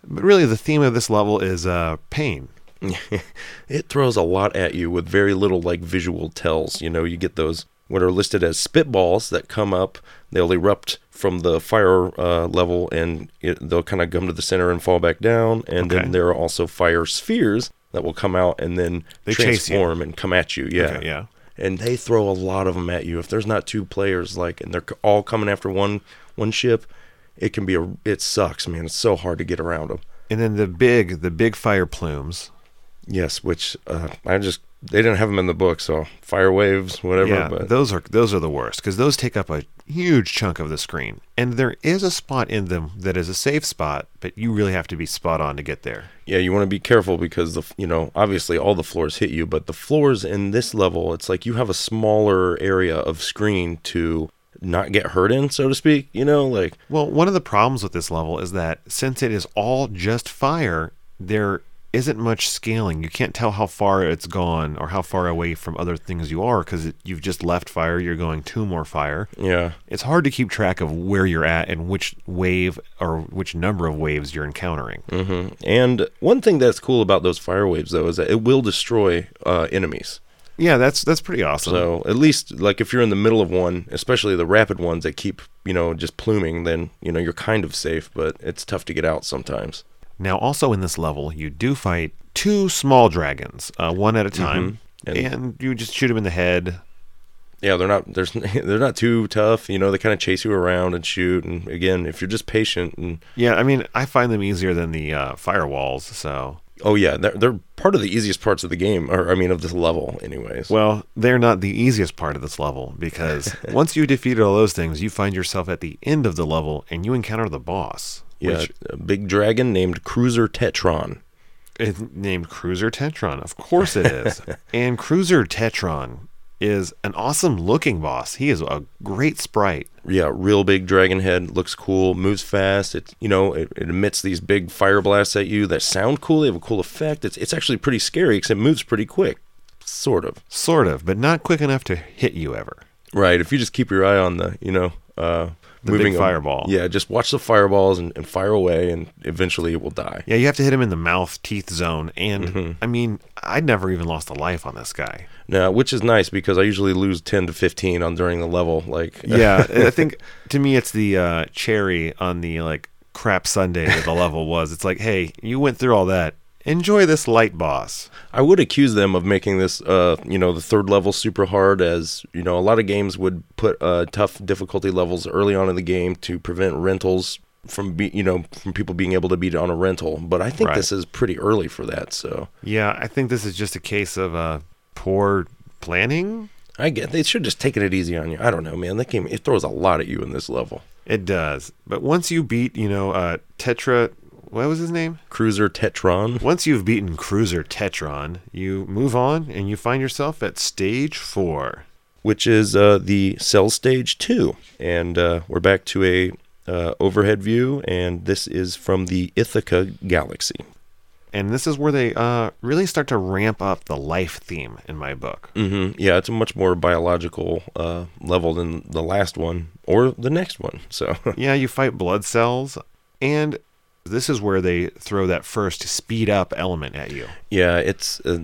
Speaker 1: But really, the theme of this level is uh, pain.
Speaker 2: it throws a lot at you with very little like visual tells. You know, you get those what are listed as spitballs that come up. They'll erupt from the fire uh, level and it, they'll kind of come to the center and fall back down. And
Speaker 1: Okay.
Speaker 2: then there are also fire spheres that will come out and then
Speaker 1: They chase you.
Speaker 2: transform and come at you. Yeah,
Speaker 1: Okay, yeah.
Speaker 2: And they throw a lot of them at you. If there's not two players like and they're c- all coming after one one ship, it can be a it sucks, man. It's so hard to get around them.
Speaker 1: And then the big, the big fire plumes.
Speaker 2: Yes, which uh, I just they didn't have them in the book, so fire waves, whatever.
Speaker 1: yeah,
Speaker 2: but
Speaker 1: those are those are the worst because those take up a huge chunk of the screen, and there is a spot in them that is a safe spot, but you really have to be spot on to get there.
Speaker 2: yeah, you want to be careful because the f- you know obviously all the floors hit you, but the floors in this level, it's like you have a smaller area of screen to not get hurt in, so to speak. You know, like
Speaker 1: Well, one of the problems with this level is that since it is all just fire, there isn't much scaling. You can't tell how far it's gone or how far away from other things you are because you've just left fire, you're going to more fire.
Speaker 2: yeah,
Speaker 1: It's hard to keep track of where you're at and which wave or which number of waves you're encountering.
Speaker 2: hmm and one thing that's cool about those fire waves though is that it will destroy uh, enemies.
Speaker 1: Yeah, that's that's pretty awesome.
Speaker 2: So at least like if you're in the middle of one, especially the rapid ones that keep you know just pluming, then you know you're kind of safe, but it's tough to get out sometimes.
Speaker 1: Now, also in this level, you do fight two small dragons, uh, one at a time,
Speaker 2: And-
Speaker 1: and, you just shoot them in the head.
Speaker 2: yeah, they're not there's they're not too tough. You know, they kind of chase you around and shoot. And again, if you're just patient and
Speaker 1: Yeah, I mean, I find them easier than the uh, firewalls. So,
Speaker 2: oh yeah, they're they're part of the easiest parts of the game, or I mean of this level, anyways.
Speaker 1: well, they're not the easiest part of this level because once you defeat all those things, you find yourself at the end of the level and you encounter the boss,
Speaker 2: yeah,
Speaker 1: which
Speaker 2: a big dragon named Cruiser Tetron.
Speaker 1: is named Cruiser Tetron. Of course, it is. and Cruiser Tetron is an awesome looking boss. He is a great sprite.
Speaker 2: Yeah, real big dragon head looks cool, moves fast. It you know it, it emits these big fire blasts at you that sound cool. They have a cool effect. It's it's actually pretty scary because it moves pretty quick, sort of.
Speaker 1: Sort of, but not quick enough to hit you ever.
Speaker 2: Right. If you just keep your eye on the, you know, uh,
Speaker 1: The big
Speaker 2: 'em.
Speaker 1: fireball.
Speaker 2: Yeah, just watch the fireballs and, and fire away, and eventually it will die.
Speaker 1: Yeah, you have to hit him in the mouth teeth zone, and I mean, I'd never even lost a life on this guy.
Speaker 2: Now, which is nice because I usually lose ten to fifteen on during the level. Like,
Speaker 1: Yeah, I think to me it's the uh, cherry on the like crap Sunday that the level was. It's like, hey, you went through all that. Enjoy this light boss.
Speaker 2: I would accuse them of making this, uh, you know, the third level super hard, as you know, a lot of games would put uh, tough difficulty levels early on in the game to prevent rentals from, be, you know, from people being able to beat it on a rental. But I think
Speaker 1: Right.
Speaker 2: this is pretty early for that, so.
Speaker 1: Yeah, I think this is just a case of uh, poor planning.
Speaker 2: I get they should have just taken it easy on you. I don't know, man. That game it throws a lot at you in this level.
Speaker 1: It does, but once you beat, you know, uh, Tetra. What was his name?
Speaker 2: Cruiser Tetron.
Speaker 1: Once you've beaten Cruiser Tetron, you move on and you find yourself at stage four.
Speaker 2: which is uh, the cell stage two, and uh, we're back to a uh, overhead view, and this is from the Ithaca Galaxy.
Speaker 1: and this is where they uh, really start to ramp up the life theme in my book.
Speaker 2: hmm Yeah, it's a much more biological uh, level than the last one or the next one. So
Speaker 1: yeah, you fight blood cells, and this is where they throw that first speed up element at you.
Speaker 2: yeah, it's uh,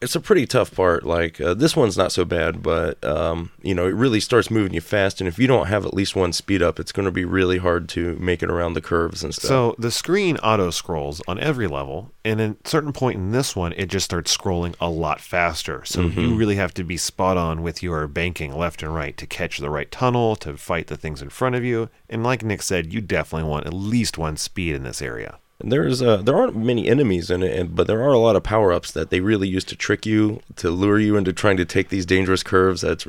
Speaker 2: it's a pretty tough part. Like uh, this one's not so bad, but um, you know it really starts moving you fast, and if you don't have at least one speed up, it's going to be really hard to make it around the curves and stuff.
Speaker 1: So the screen auto scrolls on every level, and at a certain point in this one, it just starts scrolling a lot faster. So you really have to be spot on with your banking left and right to catch the right tunnel, to fight the things in front of you. And like Nick said, you definitely want at least one speed in this area.
Speaker 2: There's uh, there aren't many enemies in it, and, but there are a lot of power ups that they really use to trick you, to lure you into trying to take these dangerous curves. That's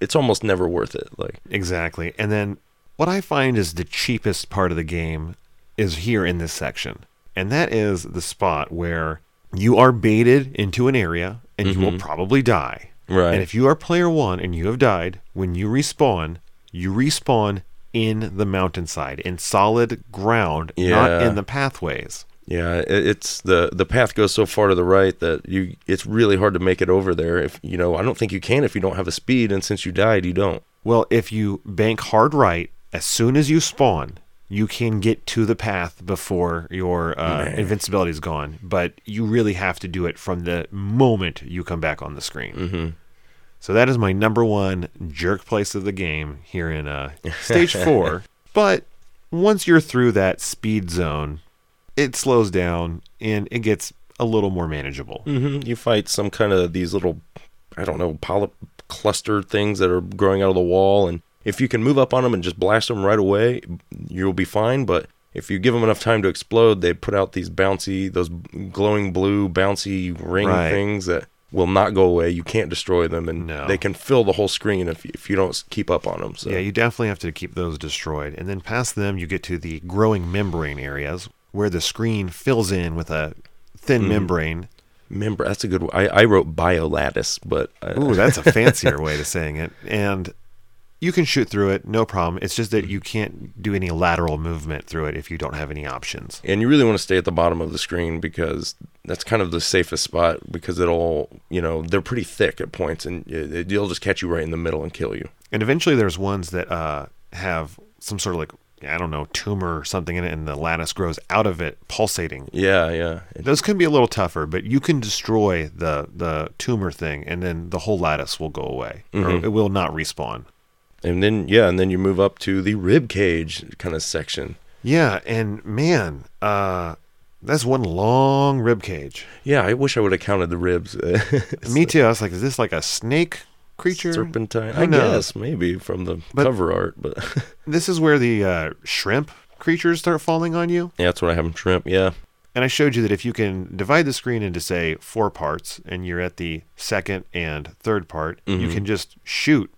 Speaker 2: it's almost never worth it. Like
Speaker 1: Exactly. And then what I find is the cheapest part of the game is here in this section. And that is the spot where you are baited into an area and you will probably die.
Speaker 2: Mm-hmm. Right.
Speaker 1: And if you are player one and you have died, when you respawn, you respawn in the mountainside, in solid ground, not
Speaker 2: Yeah.
Speaker 1: in the pathways.
Speaker 2: yeah, it, it's the the path goes so far to the right that you it's really hard to make it over there. If you know, I don't think you can if you don't have a speed, and since you died, you don't.
Speaker 1: Well, if you bank hard right, as soon as you spawn, you can get to the path before your uh, invincibility is gone. But you really have to do it from the moment you come back on the screen. Mm-hmm. So that is my number one jerk place of the game here in uh, stage four. But once you're through that speed zone, it slows down and it gets a little more manageable.
Speaker 2: hmm You fight some kind of these little, I don't know, polyp cluster things that are growing out of the wall, and if you can move up on them and just blast them right away, you'll be fine. But if you give them enough time to explode, they put out these bouncy, those glowing blue bouncy ring
Speaker 1: Right.
Speaker 2: things that will not go away. You can't destroy them, and
Speaker 1: No.
Speaker 2: they can fill the whole screen if if you don't s- keep up on them. So
Speaker 1: Yeah, you definitely have to keep those destroyed. And then past them, you get to the growing membrane areas where the screen fills in with a thin membrane.
Speaker 2: remember, that's a good. One. I I wrote biolattice, but uh, I,
Speaker 1: Ooh, that's a fancier way to saying it. And you can shoot through it, no problem. It's just that you can't do any lateral movement through it if you don't have any options.
Speaker 2: and you really want to stay at the bottom of the screen because that's kind of the safest spot because it'll you know they're pretty thick at points and it, it- it'll just catch you right in the middle and kill you
Speaker 1: And eventually, there's ones that uh, have some sort of like, I don't know, tumor or something in it, and the lattice grows out of it, pulsating.
Speaker 2: yeah yeah And
Speaker 1: Those can be a little tougher, but you can destroy the the tumor thing, and then the whole lattice will go away, or it will not respawn.
Speaker 2: and then yeah and then you move up to the rib cage kind of section
Speaker 1: Yeah, and man, uh, that's one long rib cage.
Speaker 2: yeah i wish i would have counted the ribs
Speaker 1: Me too. I was like, is this like a snake creature?
Speaker 2: serpentine
Speaker 1: Who
Speaker 2: i
Speaker 1: knows?
Speaker 2: guess maybe from the
Speaker 1: But-
Speaker 2: cover art but yeah
Speaker 1: This is where the uh, shrimp creatures start falling on you.
Speaker 2: that's what i have in shrimp yeah
Speaker 1: And I showed you that if you can divide the screen into, say, four parts, and you're at the second and third part,
Speaker 2: Mm-hmm.
Speaker 1: you can just shoot.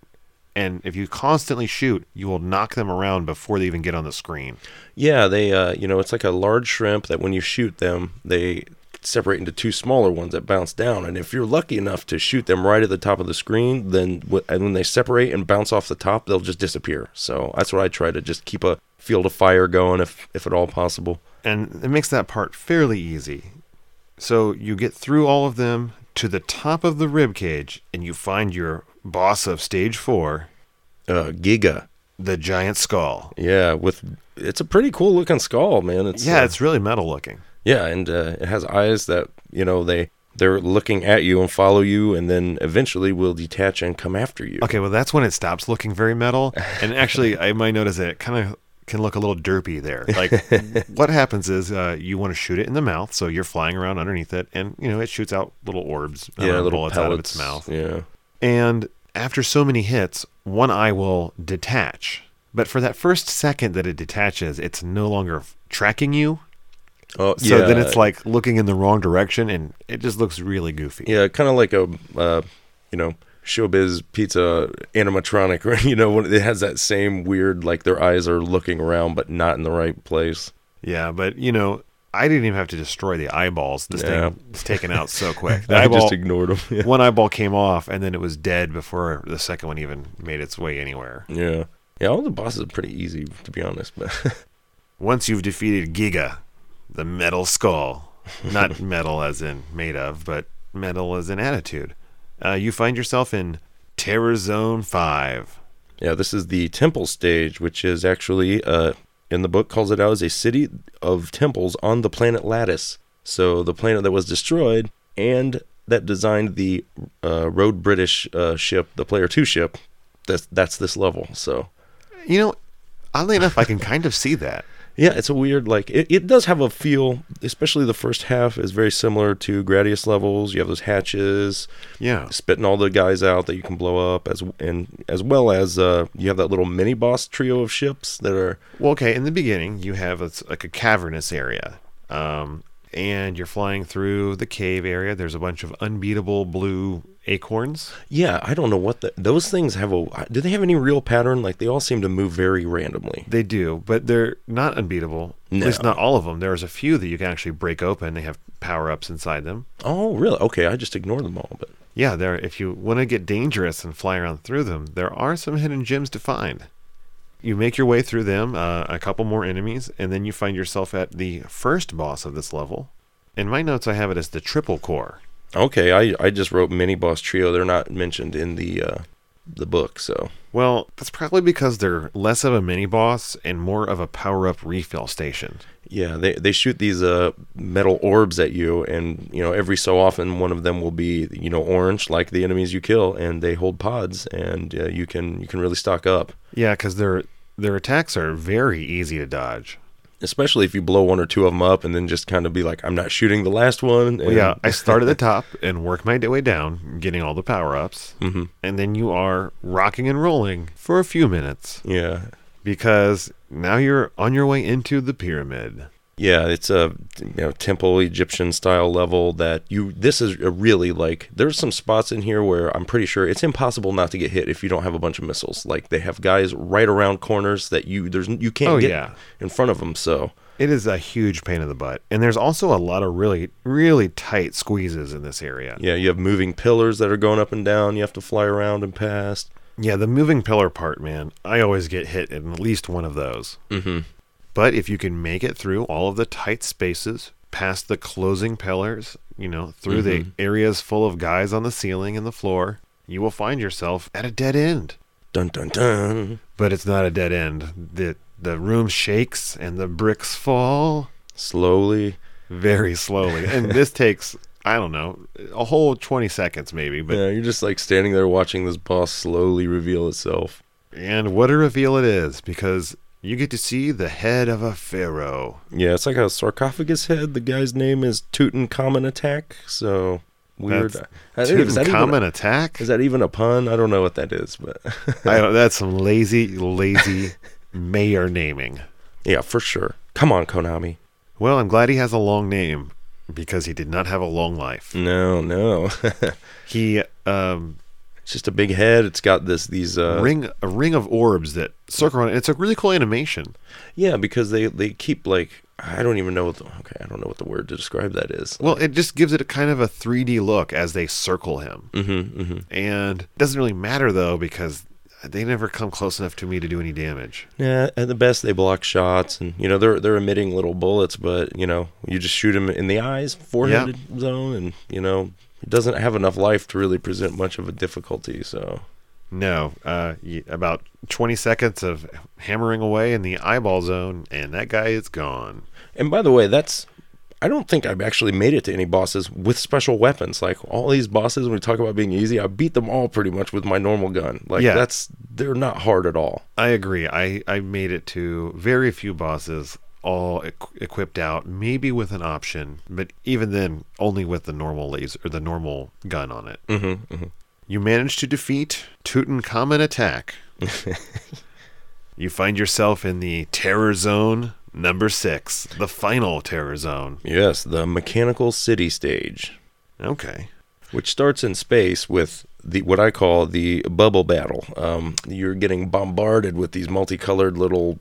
Speaker 1: And if you constantly shoot, you will knock them around before they even get on the screen.
Speaker 2: Yeah, they uh, you know, it's like a large shrimp that when you shoot them, they separate into two smaller ones that bounce down. And if you're lucky enough to shoot them right at the top of the screen, then w- and when they separate and bounce off the top, they'll just disappear. So that's what I try to just keep a field of fire going if if at all possible.
Speaker 1: And it makes that part fairly easy. So you get through all of them to the top of the rib cage, and you find your boss of stage four,
Speaker 2: Uh, Giga,
Speaker 1: the giant skull.
Speaker 2: yeah, with it's a pretty cool looking skull, man. It's
Speaker 1: Yeah,
Speaker 2: uh,
Speaker 1: it's really metal looking.
Speaker 2: Yeah, and uh, it has eyes that you know they they're looking at you and follow you, and then eventually will detach and come after you.
Speaker 1: Okay, well, that's when it stops looking very metal. And actually, I might notice that it kind of can look a little derpy there. Like, what happens is uh, you want to shoot it in the mouth, so you're flying around underneath it, and you know it shoots out little orbs, I don't know, bullets out of its mouth.
Speaker 2: Yeah.
Speaker 1: And after so many hits, one eye will detach. But for that first second that it detaches, it's no longer f- tracking you.
Speaker 2: Oh,
Speaker 1: So
Speaker 2: yeah.
Speaker 1: then it's like looking in the wrong direction, and it just looks really goofy.
Speaker 2: yeah, kind of like a uh, you know showbiz pizza animatronic, right? You know, when it has that same weird like their eyes are looking around but not in the right place.
Speaker 1: Yeah, but you know, I didn't even have to destroy the eyeballs. This
Speaker 2: Yeah.
Speaker 1: thing was taken out so quick. The
Speaker 2: I
Speaker 1: eyeball,
Speaker 2: just ignored them. Yeah.
Speaker 1: one eyeball came off, and then it was dead before the second one even made its way anywhere.
Speaker 2: yeah, yeah. All the bosses are pretty easy to be honest, but
Speaker 1: Once you've defeated Giga, the metal skull, not metal as in made of, but metal as in attitude, uh, you find yourself in Terror Zone 5.
Speaker 2: yeah, this is the temple stage, which is actually uh, in the book calls it out as a city of temples on the planet Lattice. So the planet that was destroyed and that designed the uh, Road British uh, ship, the Player Two ship. That's that's this level. So
Speaker 1: You know, oddly enough, I can kind of see that.
Speaker 2: yeah, it's a weird like it, it does have a feel. Especially the first half is very similar to Gradius levels. You have those hatches.
Speaker 1: Yeah.
Speaker 2: spitting all the guys out that you can blow up as and as well as uh, you have that little mini boss trio of ships that are
Speaker 1: Well, okay. In the beginning, you have it's like a cavernous area, um, and you're flying through the cave area. There's a bunch of unbeatable blue acorns.
Speaker 2: yeah I don't know what the, those things have a do they have any real pattern like they all seem to move very randomly
Speaker 1: They do, but they're not unbeatable.
Speaker 2: No.
Speaker 1: At least not all of them. There's a few that you can actually break open. They have power ups inside them.
Speaker 2: oh really okay I just ignore them all but
Speaker 1: Yeah, there. If you want to get dangerous and fly around through them, there are some hidden gems to find. You make your way through them, uh, a couple more enemies, and then you find yourself at the first boss of this level. In my notes, I have it as the triple core.
Speaker 2: okay I I just wrote mini boss trio they're not mentioned in the uh, the book so
Speaker 1: Well, that's probably because they're less of a mini boss and more of a power up refill station.
Speaker 2: Yeah, they, they shoot these uh, metal orbs at you, and you know every so often one of them will be you know orange, like the enemies you kill, and they hold pods, and uh, you can you can really stock up,
Speaker 1: Yeah, because their their attacks are very easy to dodge.
Speaker 2: especially if you blow one or two of them up, and then just kind of be like, I'm not shooting the last one. And,
Speaker 1: yeah, I start at the top and work my way down, getting all the power ups, mm-hmm. and then you are rocking and rolling for a few minutes.
Speaker 2: yeah,
Speaker 1: because now you're on your way into the pyramid.
Speaker 2: yeah. It's a you know temple Egyptian style level that you. This is a really like there's some spots in here where I'm pretty sure it's impossible not to get hit if you don't have a bunch of missiles. Like they have guys right around corners that you there's you can't
Speaker 1: Oh,
Speaker 2: get
Speaker 1: yeah.
Speaker 2: in front of them. So.
Speaker 1: It is a huge pain in the butt. And there's also a lot of really, really tight squeezes in this area.
Speaker 2: Yeah, you have moving pillars that are going up and down. You have to fly around and past.
Speaker 1: Yeah, the moving pillar part, man, I always get hit in at least one of those. Mm-hmm. But if you can make it through all of the tight spaces, past the closing pillars, you know, through the areas full of guys on the ceiling and the floor, you will find yourself at a dead end.
Speaker 2: Dun dun dun.
Speaker 1: But it's not a dead end. The, the room shakes and the bricks fall.
Speaker 2: Slowly.
Speaker 1: very slowly. And this takes, I don't know, a whole 20 seconds maybe. But
Speaker 2: Yeah, you're just like standing there watching this boss slowly reveal itself.
Speaker 1: and what a reveal it is because you get to see the head of a pharaoh.
Speaker 2: Yeah, it's like a sarcophagus head. The guy's name is Tutankhamun Attack. So weird.
Speaker 1: That's-
Speaker 2: I think- is that even-
Speaker 1: Common attack.
Speaker 2: Is that even a pun? I don't know what that is, but
Speaker 1: I don't, that's some lazy, lazy mayor naming.
Speaker 2: yeah, for sure. Come on, Konami.
Speaker 1: Well, I'm glad he has a long name because he did not have a long life.
Speaker 2: No, no.
Speaker 1: He um,
Speaker 2: it's just a big head. It's got this these uh,
Speaker 1: ring a ring of orbs that circle around. It's a really cool animation.
Speaker 2: Yeah, because they they keep like I don't even know what the, okay I don't know what the word to describe that is.
Speaker 1: Well, it just gives it a kind of a 3D look as they circle him.
Speaker 2: Mm-hmm, mm-hmm.
Speaker 1: and it doesn't really matter though because they never come close enough to me to do any damage.
Speaker 2: Yeah, at the best they block shots, and you know they're they're emitting little bullets, but you know you just shoot them in the eyes, forehead zone, and you know it doesn't have enough life to really present much of a difficulty. So
Speaker 1: No, uh, y- about 20 seconds of hammering away in the eyeball zone, and that guy is gone.
Speaker 2: And by the way, that's I don't think I've actually made it to any bosses with special weapons. Like all these bosses, when we talk about being easy, I beat them all pretty much with my normal gun. Like
Speaker 1: Yeah.
Speaker 2: that's they're not hard at all.
Speaker 1: I agree. I, I made it to very few bosses, all equ- equipped out, maybe with an option, but even then, only with the normal laser or the normal gun on it. Mm-hmm, You manage to defeat Tutankhamun Attack. you find yourself in the Terror Zone number six, the final Terror Zone.
Speaker 2: Yes, the mechanical city stage.
Speaker 1: Okay.
Speaker 2: which starts in space with the what I call the bubble battle. Um, you're getting bombarded with these multicolored little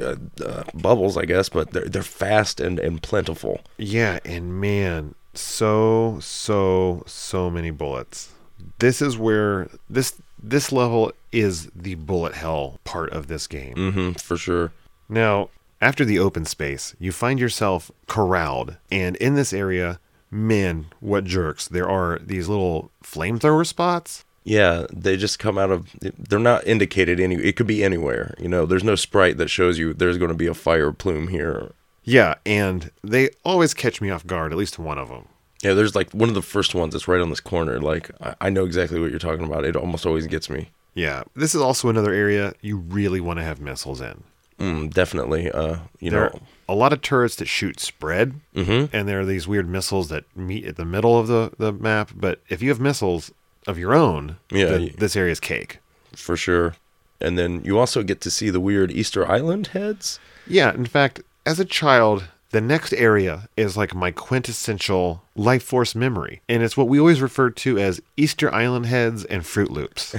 Speaker 2: uh, uh, bubbles, I guess, but they're they're fast and and plentiful.
Speaker 1: Yeah, and man, so so so many bullets. This is where this this level is the bullet hell part of this game.
Speaker 2: Mm-hmm, for sure.
Speaker 1: Now, after the open space, you find yourself corralled, and in this area, man, what jerks! There are these little flamethrower spots.
Speaker 2: Yeah, they just come out of. They're not indicated any. It could be anywhere. You know, there's no sprite that shows you there's going to be a fire plume here.
Speaker 1: Yeah, and they always catch me off guard. At least one of them.
Speaker 2: Yeah, there's like one of the first ones that's right on this corner. Like I, I know exactly what you're talking about. It almost always gets me.
Speaker 1: Yeah, this is also another area you really want to have missiles in.
Speaker 2: Mm, definitely. Uh, you
Speaker 1: There are
Speaker 2: know.
Speaker 1: a lot of turrets that shoot spread,
Speaker 2: Mm-hmm.
Speaker 1: and there are these weird missiles that meet at the middle of the, the map. But if you have missiles of your own,
Speaker 2: Yeah,
Speaker 1: then
Speaker 2: you-
Speaker 1: this area's cake.
Speaker 2: For sure. And then you also get to see the weird Easter Island heads.
Speaker 1: Yeah, in fact, as a child, the next area is like my quintessential life force memory, and it's what we always refer to as Easter Island heads and Fruit Loops.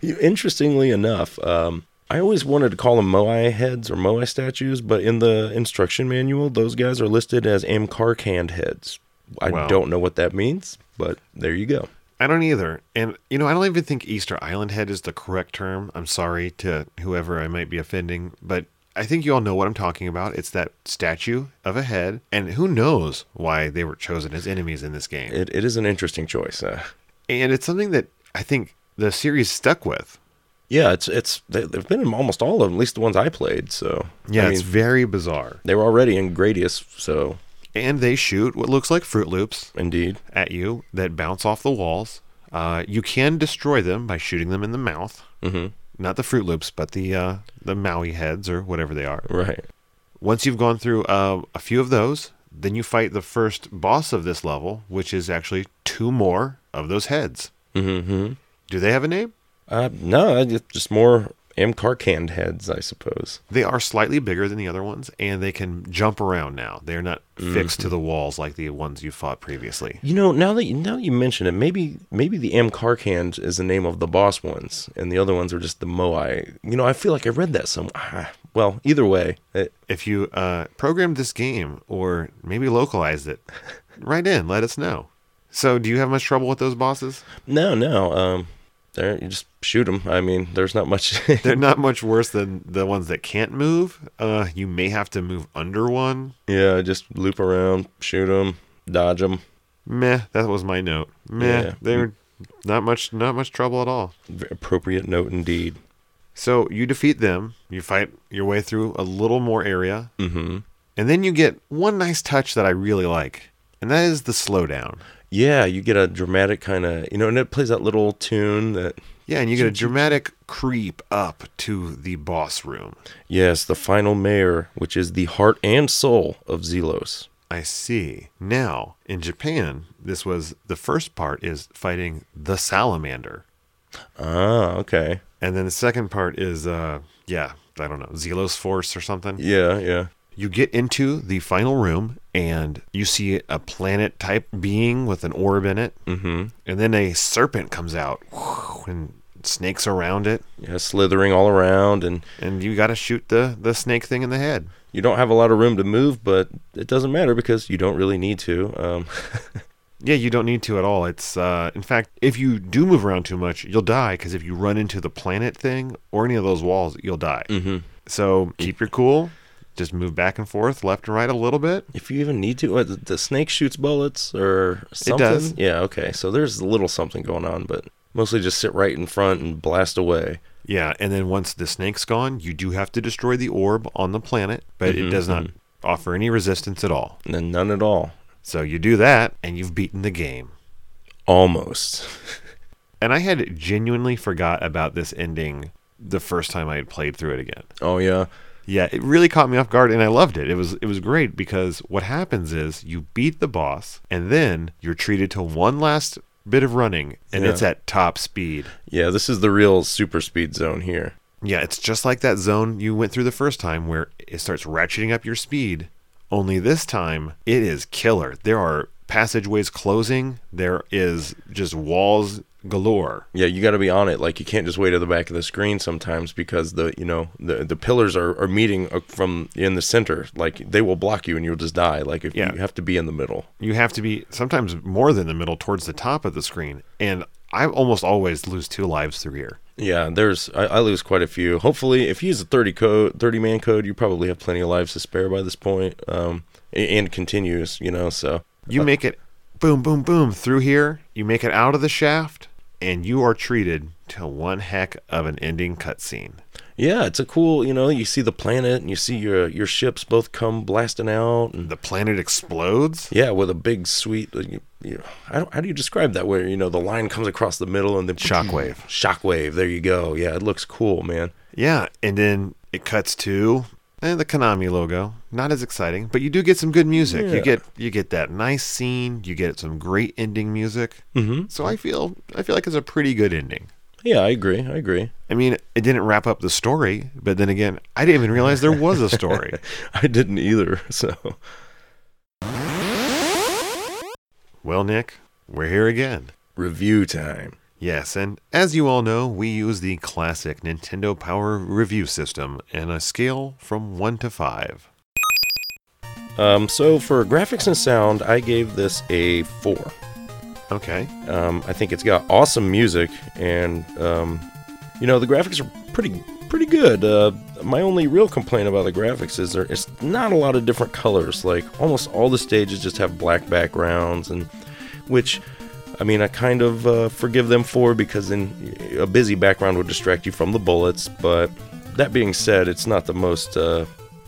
Speaker 2: You- Interestingly enough, um, I always wanted to call them Moai heads or Moai statues, but in the instruction manual, those guys are listed as Amkarkand heads. I
Speaker 1: Wow.
Speaker 2: don't know what that means, but there you go.
Speaker 1: I don't either, and you know, I don't even think Easter Island head is the correct term. I'm sorry to whoever I might be offending, but. I think you all know what I'm talking about. It's that statue of a head, and who knows why they were chosen as enemies in this game.
Speaker 2: It, it is an interesting choice. Uh,
Speaker 1: and it's something that I think the series stuck with.
Speaker 2: yeah, it's it's they, they've been in almost all of them, at least the ones I played. So
Speaker 1: Yeah,
Speaker 2: I
Speaker 1: it's
Speaker 2: mean,
Speaker 1: very bizarre.
Speaker 2: they were already in Gradius. So
Speaker 1: And they shoot what looks like Fruit Loops
Speaker 2: indeed,
Speaker 1: at you that bounce off the walls. Uh, you can destroy them by shooting them in the mouth.
Speaker 2: Mhm.
Speaker 1: Not the Fruit Loops, but the uh, the Maui heads or whatever they are.
Speaker 2: right?
Speaker 1: Once you've gone through uh, a few of those, then you fight the first boss of this level, which is actually two more of those heads.
Speaker 2: Mm-hmm.
Speaker 1: Do they have a name?
Speaker 2: Uh, no, it's just more Amkarkand heads, I suppose.
Speaker 1: They are slightly bigger than the other ones, and they can jump around now. They're not fixed to the walls like the ones you fought previously.
Speaker 2: You know, now that you, now that you mention it, maybe maybe the M Carcand is the name of the boss ones, and the other ones are just the Moai. You know, I feel like I read that somewhere. Ah, Well, either way, it,
Speaker 1: If you uh, programmed this game or maybe localized it, write in, let us know. So, do you have much trouble with those bosses?
Speaker 2: no, no, um, there you just shoot them. I mean, there's not much.
Speaker 1: They're not much worse than the ones that can't move. Uh, you may have to move under one.
Speaker 2: yeah, just loop around, shoot them, dodge them.
Speaker 1: Meh, that was my note. Meh,
Speaker 2: Yeah.
Speaker 1: they're not much, not much trouble at all.
Speaker 2: Appropriate note indeed.
Speaker 1: So you defeat them. You fight your way through a little more area,
Speaker 2: Mm-hmm.
Speaker 1: And then you get one nice touch that I really like, and that is the slowdown.
Speaker 2: Yeah, you get a dramatic kind of, you know, and it plays that little tune that
Speaker 1: Yeah, and you get a dramatic creep up to the boss room.
Speaker 2: Yes, the final mayor, which is the heart and soul of Zelos.
Speaker 1: I see. Now, in Japan, this was the first part is fighting the salamander.
Speaker 2: Ah, okay.
Speaker 1: And then the second part is uh yeah, I don't know, Zelos Force or something.
Speaker 2: Yeah, yeah.
Speaker 1: You get into the final room and you see a planet type being with an orb in it,
Speaker 2: Mm-hmm.
Speaker 1: and then a serpent comes out and snakes around it.
Speaker 2: Yeah, slithering all around, and
Speaker 1: and you got to shoot the the snake thing in the head.
Speaker 2: you don't have a lot of room to move, but it doesn't matter because you don't really need to. Um,
Speaker 1: Yeah, you don't need to at all. It's uh, in fact, if you do move around too much, you'll die because if you run into the planet thing or any of those walls, you'll die.
Speaker 2: mhm.
Speaker 1: So keep your cool. Just move back and forth, left and right a little bit.
Speaker 2: If you even need to, uh, the, the snake shoots bullets or something.
Speaker 1: does.
Speaker 2: Yeah, okay. So there's a little something going on, but mostly just sit right in front and blast away.
Speaker 1: Yeah, and then once the snake's gone, you do have to destroy the orb on the planet, but it does not offer any resistance at all.
Speaker 2: And then none at all.
Speaker 1: So you do that, and you've beaten the game.
Speaker 2: Almost.
Speaker 1: And I had genuinely forgot about this ending the first time I had played through it again.
Speaker 2: Oh, yeah.
Speaker 1: Yeah, it really caught me off guard and I loved it. It was it was great because what happens is you beat the boss and then you're treated to one last bit of running and
Speaker 2: Yeah.
Speaker 1: it's at top speed.
Speaker 2: Yeah, this is the real super speed zone here.
Speaker 1: Yeah, it's just like that zone you went through the first time where it starts ratcheting up your speed. Only this time it is killer. There are passageways closing, there is just walls galore.
Speaker 2: Yeah, you got to be on it. Like you can't just wait at the back of the screen sometimes because the you know the the pillars are, are meeting uh, from in the center. Like they will block you and you'll just die. Like if
Speaker 1: Yeah.
Speaker 2: you have to be in the middle.
Speaker 1: You have to be sometimes more than the middle towards the top of the screen and I almost always lose two lives through here.
Speaker 2: Yeah, there's I, I lose quite a few. Hopefully, if you use a thirty code thirty man code, you probably have plenty of lives to spare by this point. Um, a- and continues, you know. So
Speaker 1: You make it boom, boom, boom through here. You make it out of the shaft, and you are treated to one heck of an ending cutscene.
Speaker 2: Yeah, it's a cool. You know, you see the planet and you see your your ships both come blasting out. And
Speaker 1: The planet explodes.
Speaker 2: yeah, with a big sweet. like, You, you, I don't, how do you describe that? Where you know the line comes across the middle and then
Speaker 1: Shockwave.
Speaker 2: Shockwave. There you go. Yeah, it looks cool, man.
Speaker 1: Yeah, and then it cuts to eh, the Konami logo. Not as exciting, but you do get some good music. You
Speaker 2: Yeah.
Speaker 1: get you get that nice scene. You get some great ending music.
Speaker 2: Mhm.
Speaker 1: So I feel I feel like it's a pretty good ending.
Speaker 2: Yeah, I agree. I agree.
Speaker 1: I mean, it didn't wrap up the story, but then again, I didn't even realize there was a story.
Speaker 2: I didn't either. So
Speaker 1: well, Nick, we're here again.
Speaker 2: review time.
Speaker 1: Yes, and as you all know, we use the classic Nintendo Power review system and a scale from 1 to 5.
Speaker 2: Um, so for graphics and sound, I gave this a four.
Speaker 1: Okay.
Speaker 2: Um, I think it's got awesome music, and um, you know the graphics are pretty pretty good. Uh, my only real complaint about the graphics is there it's not a lot of different colors. Like almost all the stages just have black backgrounds, and which I mean I kind of uh, forgive them for because then a busy background would distract you from the bullets. But that being said, it's not the most uh,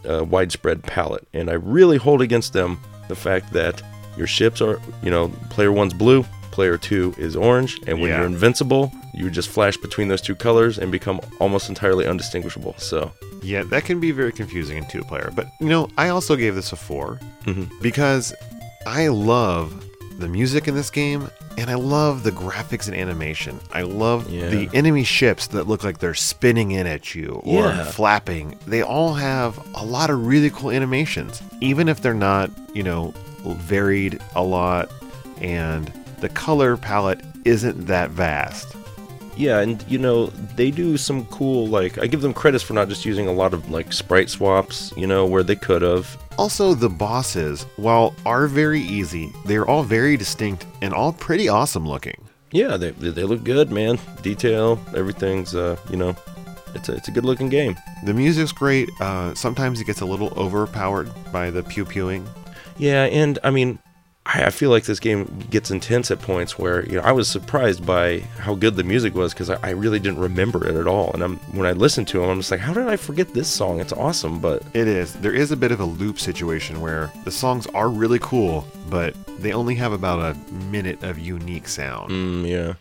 Speaker 2: uh, widespread palette, and I really hold against them the fact that your ships are you know player one's blue. Player two is orange, and when
Speaker 1: Yeah.
Speaker 2: you're in invincible. You just flash between those two colors and become almost entirely undistinguishable. So,
Speaker 1: Yeah, that can be very confusing in two player. But, you know, I also gave this a 4
Speaker 2: Mm-hmm.
Speaker 1: because I love the music in this game and I love the graphics and animation. I love
Speaker 2: Yeah.
Speaker 1: the enemy ships that look like they're spinning in at you or
Speaker 2: Yeah.
Speaker 1: flapping. They all have a lot of really cool animations, even if they're not, you know, varied a lot and the color palette isn't that vast.
Speaker 2: yeah, and you know, they do some cool, like, I give them credits for not just using a lot of, like, sprite swaps, you know, where they could have.
Speaker 1: Also, the bosses, while are very easy, they are all very distinct and all pretty awesome looking.
Speaker 2: Yeah, they, they look good, man. Detail, everything's, uh, you know, it's a, it's a good looking game.
Speaker 1: The music's great. Uh, sometimes it gets a little overpowered by the pew pewing.
Speaker 2: Yeah, and I mean, I, I feel like this game gets intense at points where you know I was surprised by how good the music was because I, I really didn't remember it at all. And I'm when I listened to it, I'm just like, how did I forget this song? It's awesome, but
Speaker 1: It is. There is a bit of a loop situation where the songs are really cool, but they only have about a minute of unique sound.
Speaker 2: mm, yeah,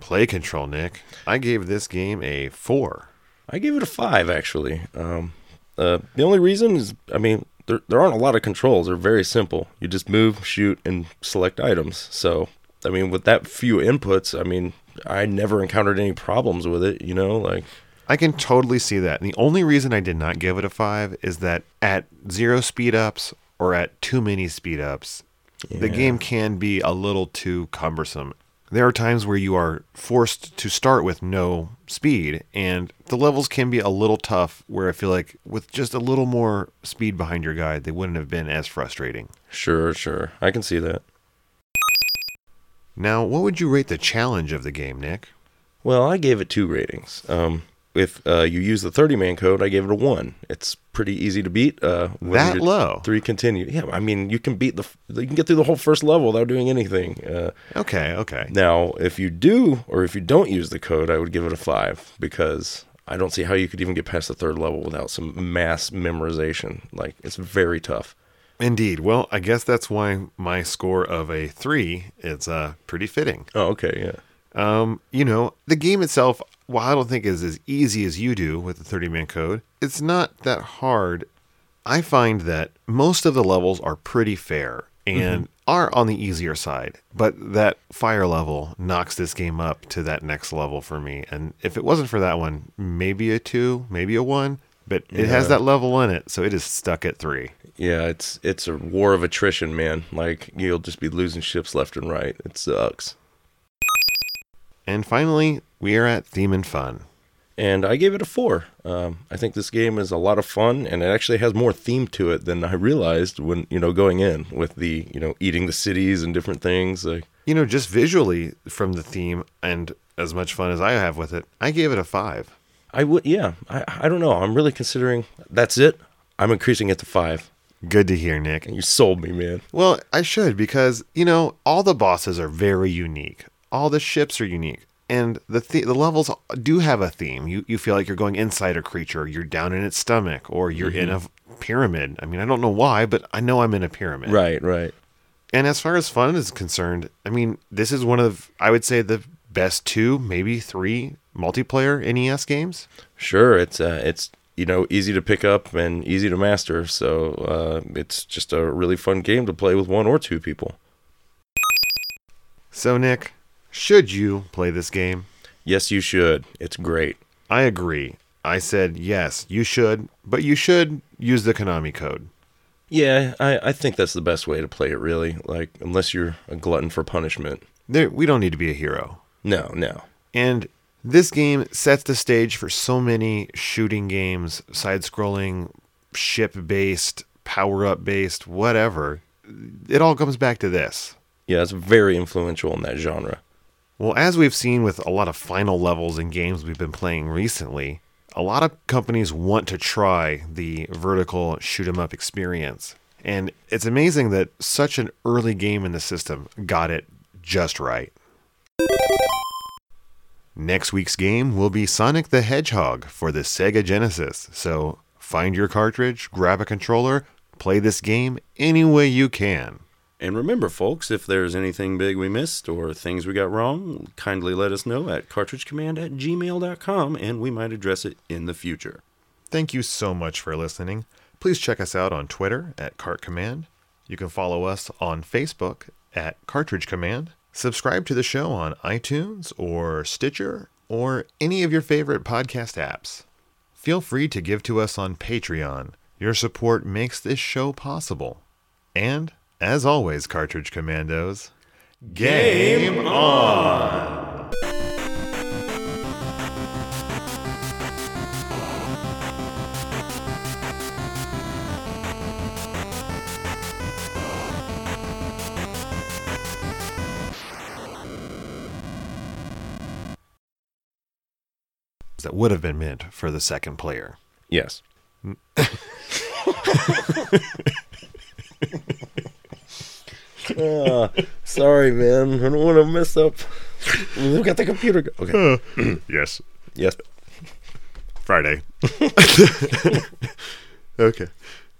Speaker 1: Play control, Nick. I gave this game a four.
Speaker 2: I gave it a five actually. Um, uh, the only reason is, I mean, there there aren't a lot of controls. They're very simple. You just move, shoot, and select items. So I mean, with that few inputs, I mean, I never encountered any problems with it. You know, like.
Speaker 1: I can totally see that. And the only reason I did not give it a five is that at zero speed ups or at too many speed ups, the
Speaker 2: Yeah.
Speaker 1: game can be a little too cumbersome. There are times where you are forced to start with no speed, and the levels can be a little tough. Where I feel like with just a little more speed behind your guide, they wouldn't have been as frustrating.
Speaker 2: Sure, sure. I can see that.
Speaker 1: Now, what would you rate the challenge of the game, Nick?
Speaker 2: Well, I gave it two ratings. Um, if uh, you use the 30 man code, I gave it a one. It's pretty easy to beat. Uh, when
Speaker 1: That
Speaker 2: you-
Speaker 1: low?
Speaker 2: Three continue. Yeah, I mean, you can beat the, f- you can get through the whole first level without doing anything. Uh,
Speaker 1: Okay, okay.
Speaker 2: now, if you do or if you don't use the code, I would give it a five because I don't see how you could even get past the third level without some mass memorization. Like, it's very tough.
Speaker 1: Indeed. Well, I guess that's why my score of a three is uh, pretty fitting.
Speaker 2: Oh, okay, yeah.
Speaker 1: Um, you know, the game itself, while I don't think is as easy as you do with the 30 man code, it's not that hard. I find that most of the levels are pretty fair and are on the easier side, but that fire level knocks this game up to that next level for me. And if it wasn't for that one, maybe a two, maybe a one, but it has that level in it, so it is stuck at three.
Speaker 2: Yeah, it's it's a war of attrition, man. Like you'll just be losing ships left and right. It sucks.
Speaker 1: And finally, we are at theme and fun.
Speaker 2: And I gave it a four. Um, I think this game is a lot of fun, and it actually has more theme to it than I realized when you know going in with the you know eating the cities and different things. Like
Speaker 1: You know, just visually from the theme and as much fun as I have with it, I gave it a five.
Speaker 2: I would, yeah. I I don't know. I'm really considering. That's it. I'm increasing it to five.
Speaker 1: Good to hear, Nick.
Speaker 2: You sold me, man.
Speaker 1: Well, I should because, you know, all the bosses are very unique. All the ships are unique. and the the, the levels do have a theme. You you feel like you're going inside a creature, you're down in its stomach, or you're in a f- pyramid. I mean, I don't know why, but I know I'm in a pyramid.
Speaker 2: Right, right.
Speaker 1: And as far as fun is concerned, I mean, this is one of I would say the best two, maybe three multiplayer NES games.
Speaker 2: Sure, it's uh, it's you know easy to pick up and easy to master, so uh, it's just a really fun game to play with one or two people.
Speaker 1: So Nick, should you play this game?
Speaker 2: Yes, you should. It's great.
Speaker 1: I agree. I said yes, you should, but you should use the Konami code.
Speaker 2: Yeah, I, I think that's the best way to play it. Really, like unless you're a glutton for punishment.
Speaker 1: There, we don't need to be a hero.
Speaker 2: No, no.
Speaker 1: And this game sets the stage for so many shooting games, side scrolling, ship based, power up based, whatever. It all comes back to this.
Speaker 2: Yeah, it's very influential in that genre.
Speaker 1: Well, as we've seen with a lot of final levels in games we've been playing recently, a lot of companies want to try the vertical shoot 'em up experience. And it's amazing that such an early game in the system got it just right. Next week's game will be Sonic the Hedgehog for the Sega Genesis. So find your cartridge, grab a controller, play this game any way you can.
Speaker 2: And remember, folks, if there's anything big we missed or things we got wrong, kindly let us know at cartridgecommand at gmail.com and we might address it in the future.
Speaker 1: Thank you so much for listening. Please check us out on Twitter at Cart Command. You can follow us on Facebook at Cartridge Command. Subscribe to the show on iTunes or Stitcher or any of your favorite podcast apps. Feel free to give to us on Patreon. Your support makes this show possible. And, as always, Cartridge Commandos, game on! That would have been meant for the second player.
Speaker 2: Yes. Uh, sorry, man. I don't want to mess up. Look at the computer. go- Okay.
Speaker 1: Yes,
Speaker 2: Yes.
Speaker 1: Friday. okay.